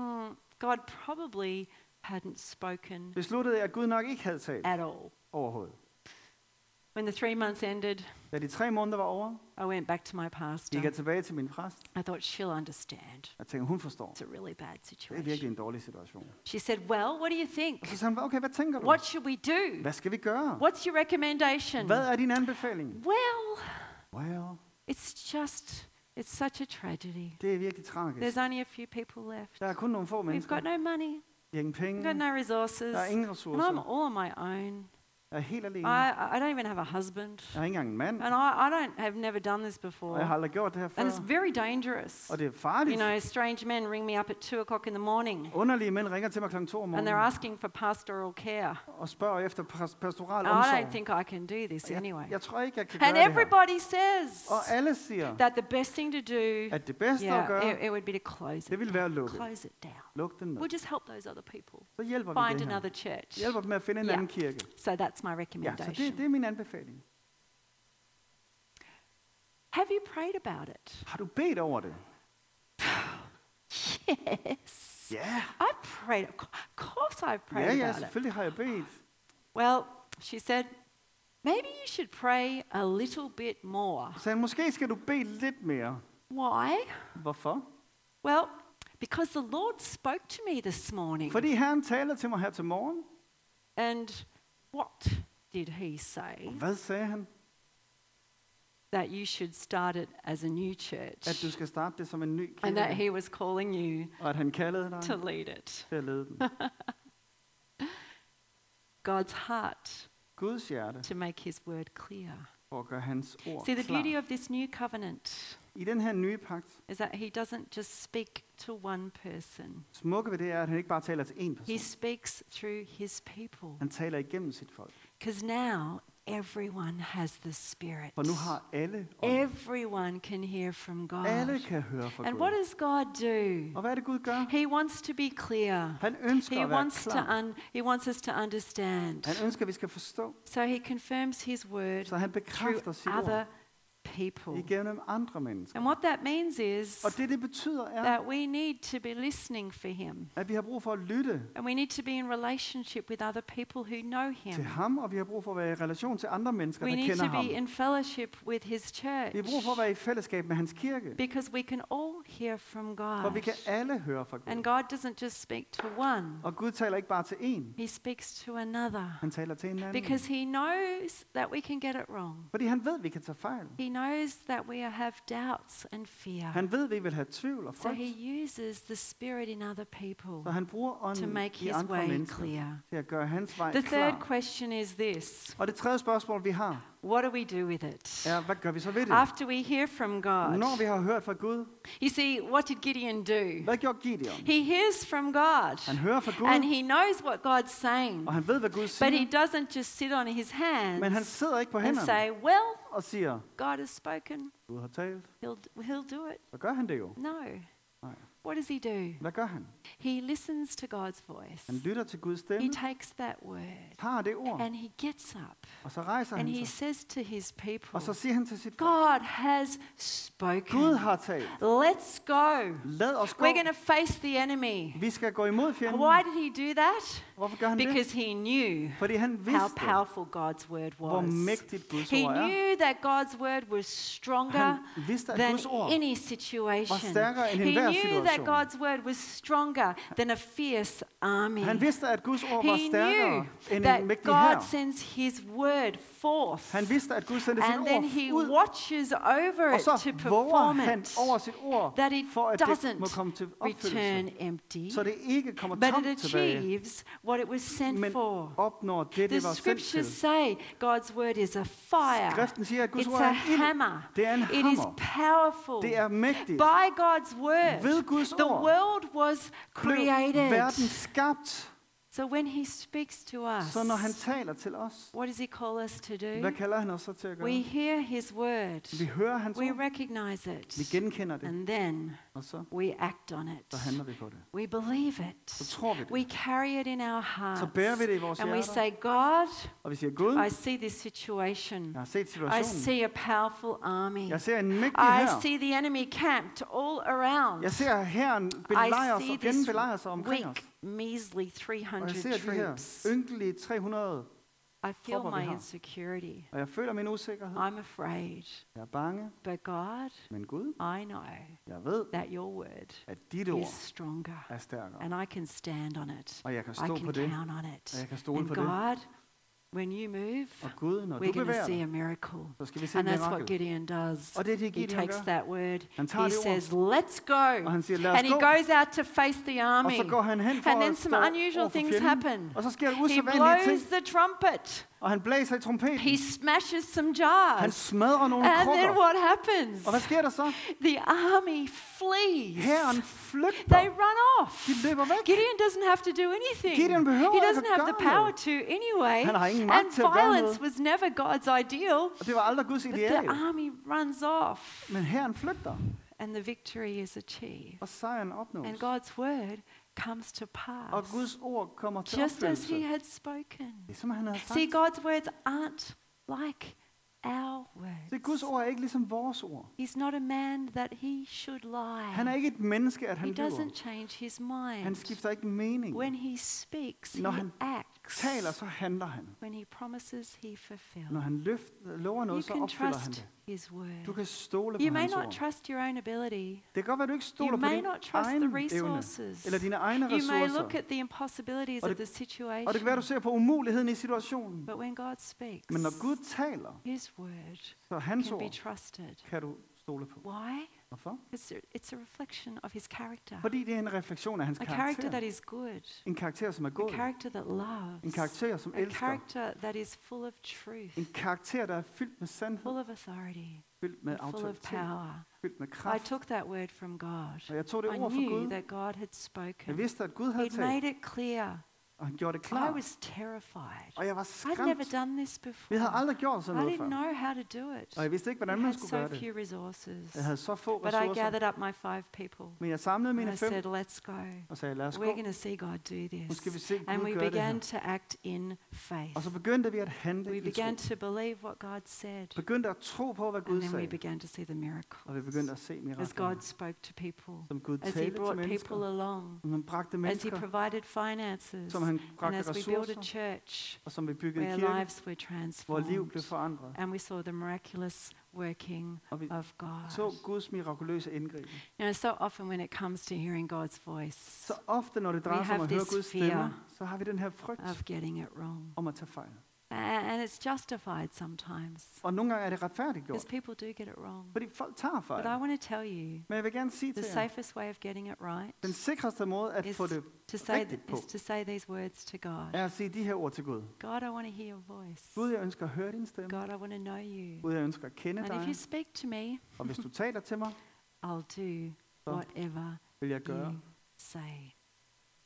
God probably hadn't spoken
besluttede jeg, at Gud nok ikke havde talt
at all.
overhovedet.
When the three months ended,
Da de tre måneder var over,
I went back to my pastor.
gik jeg tilbage til min præst.
I thought, she'll understand.
Jeg tænkte, hun forstår.
It's a really bad
Det er virkelig
situation.
en dårlig situation.
She said, Well, what do you
Og
think?
så sagde han, okay, hvad tænker du?
What should we do?
Hvad skal vi gøre?
What's your recommendation?
Hvad er din anbefaling?
Well,
Well,
it's just, it's such a tragedy.
det er virkelig tragisk.
There's only a few people left.
Der er kun nogle få
We've
mennesker.
got no money.
De har ingen
We've got
penge.
no resources.
Der er ingen
And I'm
ressourcer.
all on my own.
Jeg er helt alene. Jeg
I, I don't even have a husband.
har ikke engang en mand.
And I, I don't have never done this
Og jeg har
before.
aldrig gjort det her før.
And it's very dangerous.
Og det er
You
farligt.
know, strange men ring me up at two o'clock in the morning
Underlige mænd ringer til mig kl. 2 om
and they're
morgenen
asking for pastoral care.
og spørger efter pas- pastoral
And I don't
omsorg.
think I can do this anyway.
Jeg, jeg tror ikke, jeg kan gøre
And
det her.
everybody says
Og alle siger,
that the best thing to do,
at det bedste at
yeah,
gøre,
it, it would be to close
det
uh, it,
ville være at lukke.
close it down.
Luk den
We'll
ned.
just help those other people
Så hjælper vi
find
det her.
another church.
Hjælper dem med at finde en
Ja.
anden kirke.
So that's my
Ja, så det, det
recommendation.
er min anbefaling.
Have you prayed about it?
Har du bedt over det?
Yes.
Ja,
I prayed. Of cou- of course, I
ja,
prayed
ja,
about it.
selvfølgelig har jeg bedt.
Well, she said, maybe you should pray a little bit more.
Så sagde, måske skal du bede lidt mere.
Why?
Hvorfor?
Well, because the Lord spoke to me this morning.
Fordi Herren taler til mig her til morgen.
And what did He say?
Og hvad sagde han?
That you should start it as a new church,
At du skal starte det som en ny
and that
kirke.
He was calling you
Og at han kaldede dig
to lead it.
til at lede den.
God's heart
Guds hjerte
to make His word clear.
for at gøre hans ord
See, the beauty
klar.
of this new covenant
I den her nye pagt,
is that He doesn't just speak to one person.
smukke ved det er, at han ikke bare taler til én
He
person.
speaks through his people.
Han taler igennem sit folk.
Because now everyone has the Spirit.
For nu har alle ånden.
Everyone can hear from God.
Alle kan høre fra
And what
Gud.
does God do?
Og hvad er det, Gud gør?
He wants to be clear.
Han ønsker
He
at være
wants, to
klar.
un- he wants us to understand.
Han ønsker, at vi skal forstå.
So he confirms his word
Så han
through
bekræfter sit
other
ord
people.
igennem andre
And
mennesker.
what that means is
Og det, det betyder, er,
that we need to be listening for him.
at vi har brug for at lytte
And we need to be in relationship with other people who know him.
til ham, og vi har brug for at være i relation til andre mennesker,
We
der
need
kender
to
ham.
be in fellowship with his church
Vi har brug for at være i fællesskab med hans kirke,
because we can all hear from
for
God.
vi kan alle høre fra
And
Gud.
God doesn't just speak to one,
Og Gud taler ikke bare til én,
he speaks to another
han taler til hinanden.
because he knows that we can get it wrong.
Fordi han ved, at vi kan tage fejl.
He knows that we have doubts and fear.
Han ved, at vi vil have tvivl og
So
frygt,
he uses the Spirit in other
så
people
han bruger
to
ånden
make
i
his
andre
way
mennesker
clear.
til at gøre hans vej
The third
klar.
question is this
Og det tredje spørgsmål, vi har,
What do we do with it?
er, hvad gør vi så ved det?
After we hear from God,
Når vi har hørt fra Gud,
you see, what did Gideon do?
hvad gjorde Gideon?
He hears from God.
Han hører fra
And
Gud,
he Oh, knows what God's saying.
og han ved, hvad Gud
But he
siger,
doesn't just sit on his
men han
hands
sidder ikke på
and
hænderne
say, Well,
og siger,
God has spoken.
Gud har talt,
He'll, he'll do it.
så gør han det jo.
No.
Nej.
What does he do?
Hvad gør han?
He listens to God's voice.
Han lytter til Guds
He
stemme,
takes that word
tager det ord,
and he gets up
og så rejser
and he
han sig.
says to his people,
Og så siger han til sit folk,
God has
Gud
spoken.
har talt.
Let's go.
Lad os gå.
We're going to face the enemy.
Vi skal gå imod fjenden.
Why did he do that?
Hvorfor gør han det?
Because he knew
Fordi han
how
vidste,
powerful God's word
hvor
was.
mægtigt Guds
He
ord er.
knew that God's word was stronger
Han vidste, at
than
Guds ord
any situation.
stærkere end
He
enhver
knew that
situation.
God's word was stronger than a fierce army.
Han vidste, at Guds ord var
He
stærkere
knew
end en
that
mægtig
God
her.
sends his word forth.
Han vidste, at Gud sendte sit
And then he
ord ud,
watches over
og
it
så
to
våger
perform
han
it,
over sit ord,
that it
for at det må komme til
doesn't return
opfyldelse.
empty,
Så det ikke kommer
but
tomt
it
tilbage,
achieves what it was sent
men
for.
opnår det,
The
det var sendt til.
scriptures say God's word is a fire.
Skriften siger, at Guds
it's
ord er
a
en ild.
hammer.
Det er en
It is
hammer.
powerful.
Det er mægtigt.
By God's word,
Ved Guds
the
ord
world was
Blev
created.
verden skabt,
So when He speaks to us,
så når han taler til os,
what does He call us to
hvad
do?
kalder han os så til at gøre?
We hear His word.
Vi hører hans
We
ord,
recognize it.
vi genkender det,
And then
og så,
we act on it.
så handler vi på det.
We believe it.
Så tror vi det.
We carry it in our hearts.
Så bærer vi det i vores
and we
hjerter.
say, God,
Og vi siger, Gud,
I see this situation.
jeg har set
I
situationen.
see a powerful army.
Jeg ser en mægtig
I
her.
see the enemy camped all around.
Jeg ser herren belejre
I
os
see
og fjenden
this
belejre sig omkring os.
weak, measly
Og jeg
300
ser de her
troops.
ynkelige 300,
I feel
tropper, vi
my
har.
insecurity.
og jeg føler min usikkerhed.
I'm afraid.
Jeg er bange,
But God,
men Gud,
I know
jeg ved,
that your word
at dit
is
ord
stronger.
er stærkere.
And I can stand on it.
Og jeg kan
I
stå på
can
det.
count on it.
Og jeg kan stole
And
på det.
God, when you move,
Og Gud, når
we're
du
going to
bevæger
see
dig,
a miracle.
så skal vi se et
And that's what
mirakel.
Gideon does.
Og det er det,
He
Gideon
takes
gør.
that word.
Han tager
He
det ord.
says, let's go.
Og han siger, lad os
Oh, And he
gå.
goes out to face the
Og
army.
så går han hen for
And then
at stå
some unusual
over for
things
fjenden.
happen.
Og så sker der
He
usædvanlige
blows
ting.
the trumpet.
Og han blæser i
He
trompeten.
smashes some
Han
jars.
smadrer nogle
And Oh, then
krukker.
what happens?
Og hvad sker der så?
The army flees.
Herren
They
flygter.
run off.
De løber væk.
Gideon doesn't have to do anything.
Gideon behøver
he
ikke at
doesn't have the
gøre
power
noget.
to anyway.
Han har ingen magt
And
til at gøre
violence
noget.
was never God's ideal.
Og det var aldrig Guds
But
ideal.
the army runs off
Men herren flygter.
and the victory is achieved.
Og sejren opnås.
And God's word comes to
Og
pass
Guds ord kommer til
just as he
opfyldelse.
had spoken.
Ligesom han havde
See,
sagt.
God's words aren't like our
Det
words.
Guds ord er ikke ligesom vores ord.
He's not a man that he should
Han er
lie.
ikke et menneske, at han
He
lyver.
doesn't change his
Han
mind.
skifter ikke mening.
When he speaks, he
Når han
acts.
Taler, så handler han.
When he promises, he
Når
fulfills.
han løft, lover
You
noget, så
can
opfylder han
trust
det.
his
Du
word.
kan stole
You
på
may
hans
not
ord.
trust your own ability.
Det kan godt være, du ikke stoler
You
på
may
dine
not trust the
egne evne,
resources.
eller dine egne
You may look
ressourcer.
at the impossibilities
Og
of the
det- Og det kan være,
situation.
du ser på umuligheden i situationen.
But when God speaks,
Men når Gud taler,
his word
så hans
can be
ord
trusted.
kan du stole på.
Why?
Hvorfor?
It's a, it's a reflection of his character.
Fordi det er en refleksion af hans
A character that
karakter.
is good.
En karakter, som er
A
god.
character that
En
loves.
karakter, som
A
elsker.
character that is full of truth,
En karakter, der er fyldt med sandhed,
full of authority,
fyldt med
and full of
autoritet,
power.
fyldt med
I
kraft.
took that word from God.
Og jeg tog det
I
ord fra
knew
Gud.
that God had
Jeg
spoken.
vidste, at Gud havde
He'd
talt,
made it clear.
og han gjorde det
I
klart.
was terrified.
Og jeg var
I'd never
skræmt.
done this
Vi
before.
havde aldrig gjort sådan
I
noget
didn't
før.
know how to do it.
Og jeg vidste ikke,
We
hvordan man
had
skulle
so
gøre det.
few resources.
Jeg havde så få
But I
ressourcer.
gathered up my five people.
Men jeg samlede
And I
mine fem
said, let's go.
og sagde, lad os
We're
gå.
going to see God do
Nu
this.
skal vi se Gud
And we
gøre det
began
her.
to act in faith.
Og så begyndte vi at handle
We
i
began
tro.
to believe what God said.
Begyndte at tro på, hvad Gud
And then we
sagde.
began to see the
Og vi
miracles.
begyndte at se
As
mirakler,
God spoke to people,
som Gud
as He
talte til
brought
mennesker,
people along,
som han bragte
as He
mennesker,
provided finances,
som han
and
bragte
as we built a
ressourcer,
church
og som vi byggede
where
kirke,
lives were
hvor liv
transformed.
blev forandret.
And we saw the miraculous working
Og vi
of God.
så Guds mirakuløse indgreb.
You know, so often when it comes to hearing God's voice,
Så ofte, når det
We
drejer sig om
have
at høre
this
Guds
fear
stemme, så har vi den her frygt
of getting it wrong.
om at tage fejl.
A- And it's justified sometimes,
Og nogle gange er det
because
retfærdiggjort,
people do get it wrong.
fordi folk tager
But I
fejl.
want to tell you,
Men jeg vil gerne sige
the
til jer,
safest way of getting it right
den sikreste måde at
is
få det
to say, th-
rigtigt på,
is to say these words to God.
er at sige de her ord til Gud.
God, I want to hear your voice.
Gud, jeg ønsker at høre din stemme.
God, I want to know you.
Gud, jeg ønsker at kende
And if you
dig.
speak to me,
Og hvis du taler til mig,
I'll do
Så
whatever
vil jeg
you
gøre,
say.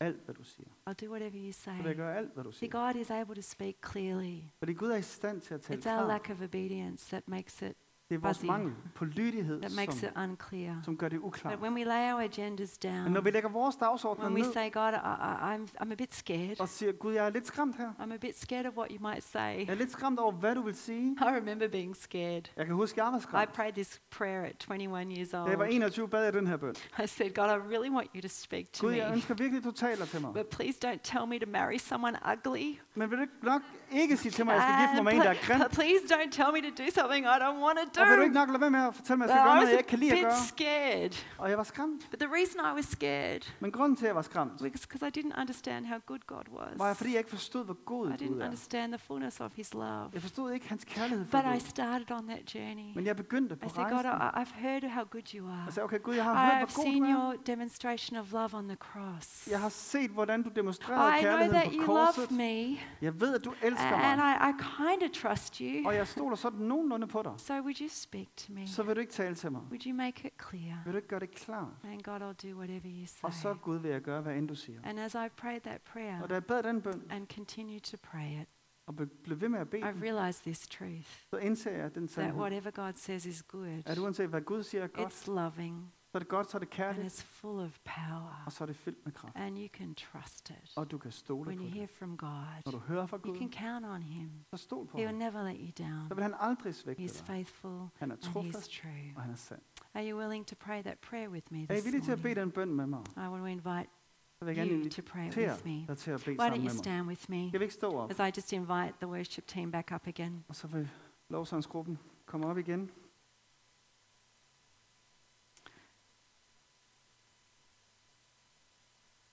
alt, hvad du siger.
I'll do whatever you say.
Så jeg gør alt, hvad du
See,
siger.
God is able to speak clearly.
Fordi Gud er i stand til at tale
It's our
klart.
lack of obedience that makes it
Det er vores
fuzzy.
mangel på lydighed,
that makes it
som,
unclear.
som gør det
But
uklart.
when we lay our agendas
Men når vi
down,
lægger vores dagsordner
when we
ned
say, God, I, I, I'm, I'm a bit scared.
og siger, Gud, jeg er lidt skræmt her.
I'm a bit scared of what you might say.
Jeg er lidt skræmt over, hvad du vil
*laughs*
sige.
I remember being scared.
Jeg kan huske, jeg var
I
skræmt.
prayed this prayer at 21 years
Da jeg var
old.
21, bad jeg den her bøn.
I said, God, I really want you to speak to
Gud, jeg
me,
ønsker virkelig, du taler til mig.
but please don't tell me to marry someone ugly.
Men vil du ikke nok ikke sige til mig, at jeg skal gifte mig
And
med en, der er grim?
pl- *laughs* please don't tell me to do something I don't want to
Og vil du
do.
ikke nok lade være med at fortælle mig, at jeg skal gøre
I
noget, jeg
was
ikke
a
kan lide at
bit
gøre?
scared.
Og jeg var skræmt.
But the reason I was scared
Men grunden til, at jeg var skræmt,
was because I didn't understand how good God was.
var, jeg, fordi jeg ikke forstod, hvor god
I
Gud
didn't
er.
understand the fullness of His love.
Jeg forstod ikke hans kærlighed for
But I
Gud.
started on that journey.
Men jeg begyndte på
I said, God,
rejsen.
I, I've heard how good you are.
Og sagde, okay Gud, jeg har hørt,
I've
hvor god du
seen
er.
your demonstration of love on the cross.
Jeg har set, hvordan du demonstrerede
I know that
kærligheden
you
på
love
korset.
me,
Jeg ved, at du elsker
and I, I
mig.
kind of trust you.
Og jeg stoler sådan nogenlunde på dig.
So would you speak to me?
Så vil du ikke tale til mig.
Would you make it clear?
Vil du ikke gøre det klar?
And God, I'll do whatever you
Og
say.
så, Gud, vil jeg gøre, hvad end du siger.
And as I prayed that prayer
Og da jeg bad den bøn,
and continued to pray it,
og be- blev ved med at bede,
I
den,
realized this truth
så indser jeg den
that
sandhed,
whatever God says is good,
at uanset hvad Gud siger er godt,
it's loving,
så er det godt, så er det
and
kærligt,
it's full of power,
og så er det fyldt med kraft.
and you can trust it.
Og du kan stole
When
på
you hear
det.
from God,
Når du hører fra
you can
Gud,
count on Him.
så stol på
He'll
ham.
never let you
Så
down.
vil han aldrig svække
He's
dig.
faithful
Han er
and He's
trofast,
true.
og han er sand.
Are you willing to pray that prayer with me
Er I
this
villige til at bede
morning?
den bøn med mig?
I want to invite
Så vil jeg gerne
you to pray it
invitere
with me.
dig til at bede
Why don't
sammen
you
med mig.
stand with me
Kan vi ikke stå op?
as I just invite the worship team back up again?
Og så vil lovsangsgruppen komme op igen.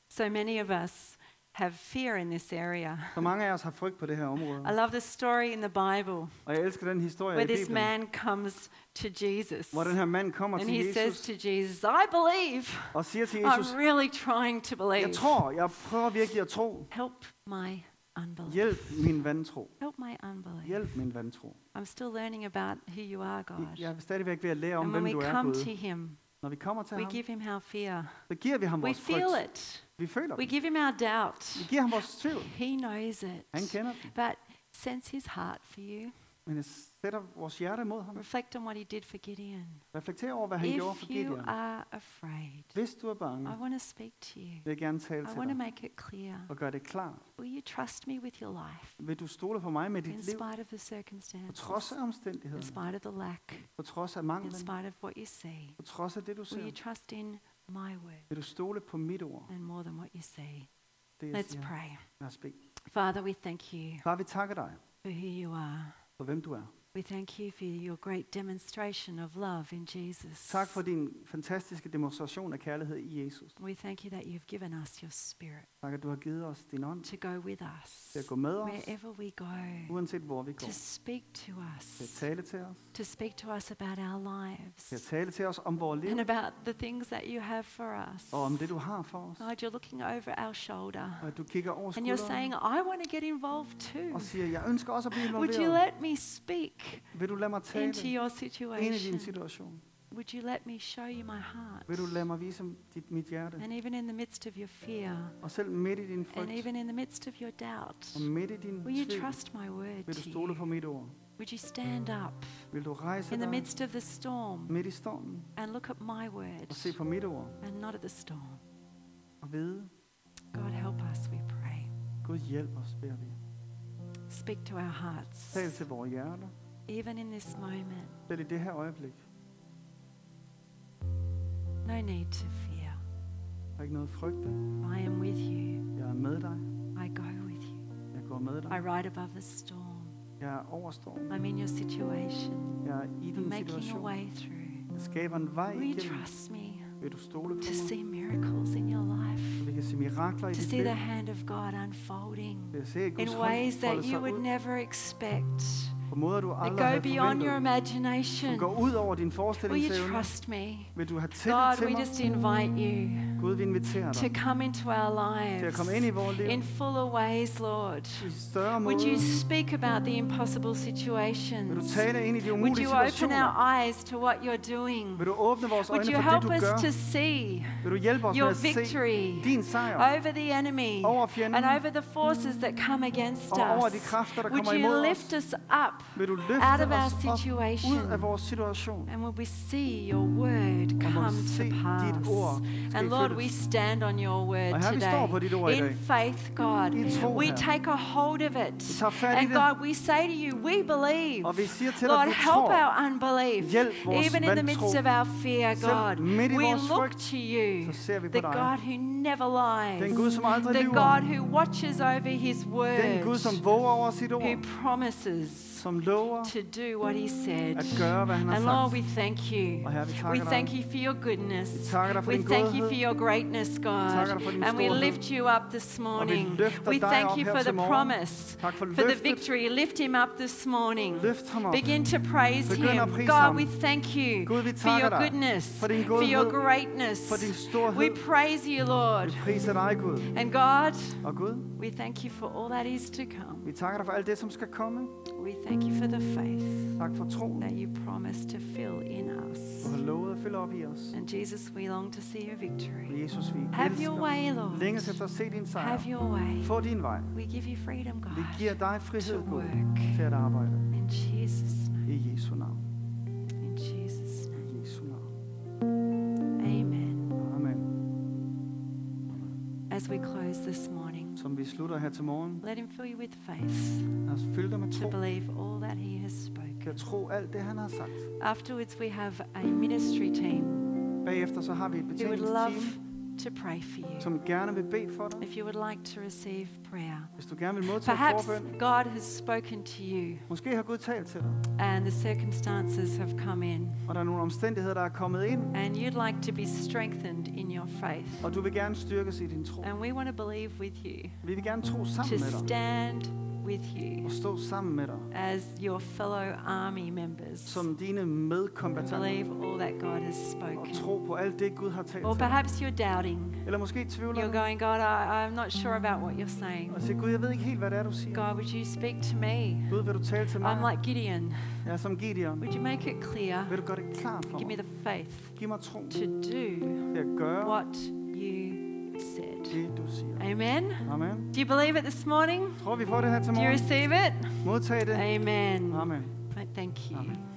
So many of us have fear in this area.
Så mange af os har frygt på det her område.
I love the story in the Bible
Og jeg elsker den historie
where
i
this
Bibelen,
man comes to Jesus
hvor den her mand kommer
and
til
he says
Jesus
to Jesus, I believe.
og siger til Jesus,
I'm really trying to
jeg
believe.
tror, jeg prøver virkelig at tro.
Help my unbelief.
Hjælp min vantro.
Help my unbelief.
Hjælp min vantro.
I'm still learning about who you are, God.
Jeg er stadigvæk ved at lære om,
And when
hvem
we
du er,
come to
Gud.
Him,
Når vi kommer til
we
ham,
give Him our fear.
så giver vi ham
We
vores
feel
frygt.
it.
Vi føler
We
den.
give Him our doubt.
Vi giver ham vores tvivl.
He knows
Han
it.
kender den.
But sense His heart for you.
Men jeg sætter vores hjerte mod ham.
Reflect on what He did for Gideon.
Reflekter over, hvad han gjorde for
If you
Gideon.
are afraid,
Hvis du er bange,
I want to speak to you.
vil jeg gerne tale
I
til
want to
dig
make it clear.
og gøre det klar.
Will you trust me with your life
Vil du stole på mig med
in
dit liv?
spite of the
På
circumstances,
trods af
in
omstændighederne,
spite of the lack,
på trods af
in
manglen,
spite of what you see?
på trods af det, du
Will you
ser,
trust in my word
vil du stole på mit ord,
and more than what you see?
det jeg
Let's
siger.
pray.
Lad os bede.
Father, we thank you
Far, vi takker dig
for who you are.
for, hvem du er.
We thank you for your great demonstration of love in Jesus.
Tak for din fantastiske demonstration af kærlighed i Jesus.
We thank you that you've given us your spirit
Tak, at du har givet os din ånd
to go with us
til at gå med os,
wherever we go,
uanset hvor vi går.
to speak to
Til at
us,
tale til os.
to speak to us about our
Til at
lives
tale til os om vores liv
and about the things that you have for us.
og om det, du har for os.
God, you're looking over our shoulder
Og at du kigger over
and you're
skulderen
saying, I want to get involved too.
og siger, jeg ønsker også at blive
Would you
involveret.
let me speak
Vil du lade mig tale
into your
ind i din
situation?
situation?
Would you let me show you my heart?
Vil du lade mig vise dit, mit hjerte?
And even in the midst of your fear,
Og selv midt i din
and
frygt
even in the midst of your doubt,
og midt i din
will you
tvivl,
trust my word
vil du
to
stole på
you?
mit ord.
Would you stand up
Vil du rejse
in the
dig
midst of the storm
midt i stormen
and look at my word
og se på mit ord
and not at the storm?
og vide,
God, help us, we pray.
Gud hjælp os, beder vi.
Speak to our hearts,
Tal til vores hjerter,
even in this moment.
selv i det her øjeblik.
No need to fear.
Der er ikke noget at frygte.
I am with you.
Jeg er med dig.
I go with you.
Jeg går med
I
dig.
ride above the storm.
Jeg er over stormen.
I'm in your situation.
Jeg er i
I'm
din
making a
situation.
way through.
Jeg skaber en vej
Will you
igennem.
trust me
Vil du stole på
to
mig?
see miracles in your life?
Så vi kan se mirakler i
to
dit
see
liv.
the hand of God unfolding
Vil jeg se at Guds
in
hånd
ways that
folde sig
you would
ud
never expect,
på måder, du
that
aldrig
go
havde
beyond your
forventet.
imagination.
Som går ud over din
Will you
"Oh, forestillingsevne.
trust me?
Vil du have tillid
God,
til
we
mig?
just invite you
Gud, vi inviterer
to
dig
come into our
til at
lives
komme ind i vores liv
in fuller ways, Lord.
i større
Would you
måde.
speak about the impossible
Vil du
situations?
tale ind i de
Would
umulige
you open our
situationer?
eyes to what you're doing?
Vil du åbne vores øjne
Would you
for det,
help
du
us to
gør?
see
Vil du hjælpe os med
your
at se
victory
din sejr
over the enemy
over fjenden
and Oh, over the forces that come against
og over de
us?
kræfter, der
Would
kommer
you
imod os?
lift us up
Vil du
out of
løfte
our
os op ud af
situation?
vores situation?
And will we see your word
Og må vi
come
se
to
dit ord
pass? And Lord, we
følges.
stand on your word
Og Herre, vi står på dit ord i
today. In
dag.
faith, God,
I tro,
we
Herre.
take a hold of it.
Vi tager fat i
And
det.
God, we say to you, we believe.
Og vi siger til dig,
Lord,
vi
help
tror,
our unbelief.
Hjælp vores
Even in the
vantro.
midst of our fear,
Selv
God,
midt i
we
vores
look
frygt,
to you,
så ser vi på
the
dig.
God who never lies,
den Gud, som aldrig
the
lyver,
God who watches over his
den Gud,
word,
som våger over sit
who
ord,
promises
som lover
to do what he said.
at gøre, hvad han har
And Lord, we
sagt.
thank you.
Og Herre, vi
We
takker
thank
dig.
you for your goodness.
Vi takker dig for
We
din
thank you
godhed.
for your greatness, God.
takker dig for din
And we
storhed.
lift you up this morning.
løfter
We
dig
thank
op
you
her
for
til
the
morgen.
promise,
Tak for
for the
løftet.
victory. Lift him up this morning.
Løft ham op.
Begin to praise
Begynd at
him.
prise
God,
ham.
we thank you
Gud, vi
for your
takker dig
goodness,
for din
for your
godhed,
greatness.
for din storhed.
We praise you, Lord.
Vi priser dig, Gud.
And God,
Og Gud,
we thank you for all that is to come.
vi takker dig for alt det, som skal komme.
We thank you for the faith
Tak for troen,
that you promised to fill in us.
du har lovet at fylde op i os.
And Jesus, we long to see your
Og
victory.
Jesus, vi
Have your
elsker.
way, Lord.
Længes efter at se din sejr.
Have your way.
Få din vej.
We give you freedom,
Vi
God,
giver dig
to
frihed, Gud,
work.
til at arbejde.
In Jesus' name.
I Jesu navn.
In Jesus' name.
I Jesu navn.
Amen.
Amen.
As we close this morning,
Som vi slutter her til morgen,
let Him fill you with faith
lad os fylde dig med
to
tro.
believe all that He has spoken.
Kan tro alt det, han har sagt.
Afterwards, we have a ministry team
Bagefter så har vi et
who would love
betjeningsteam,
to pray for you.
som gerne vil bede for dig.
If you would like to receive prayer,
Hvis du gerne vil modtage
perhaps
forbøn,
God has spoken to you
måske har Gud talt til dig,
and the circumstances have come in.
og der er nogle omstændigheder, der er kommet ind,
and you'd like to be strengthened in your faith.
og du vil gerne styrkes i din tro.
And we want to believe with you,
Vi vil gerne tro sammen
to
med dig,
stand with you
og stå sammen med dig,
as your fellow army members.
som dine medkombattanter,
Believe all that God has
og
spoken.
tro på alt det, Gud har talt
Or
til dig.
perhaps you're doubting.
Eller måske tvivler
You're
du,
going, God, I, I'm not sure about what you're saying.
og siger, Gud, jeg ved ikke helt, hvad det er, du siger.
God, would you speak to me?
Gud, vil du tale til
I'm
mig?
like Gideon.
Jeg er som Gideon.
Would you make it clear?
Vil du gøre det klart for
Give me
mig?
the faith
Giv mig tro
to do
til at gøre
what you said.
det, du siger.
Amen.
Amen.
Do you believe it this morning?
Tror vi får det her til
Do you
morgen?
receive it?
Modtag det.
Amen.
Amen.
Right, Thank you.
Amen.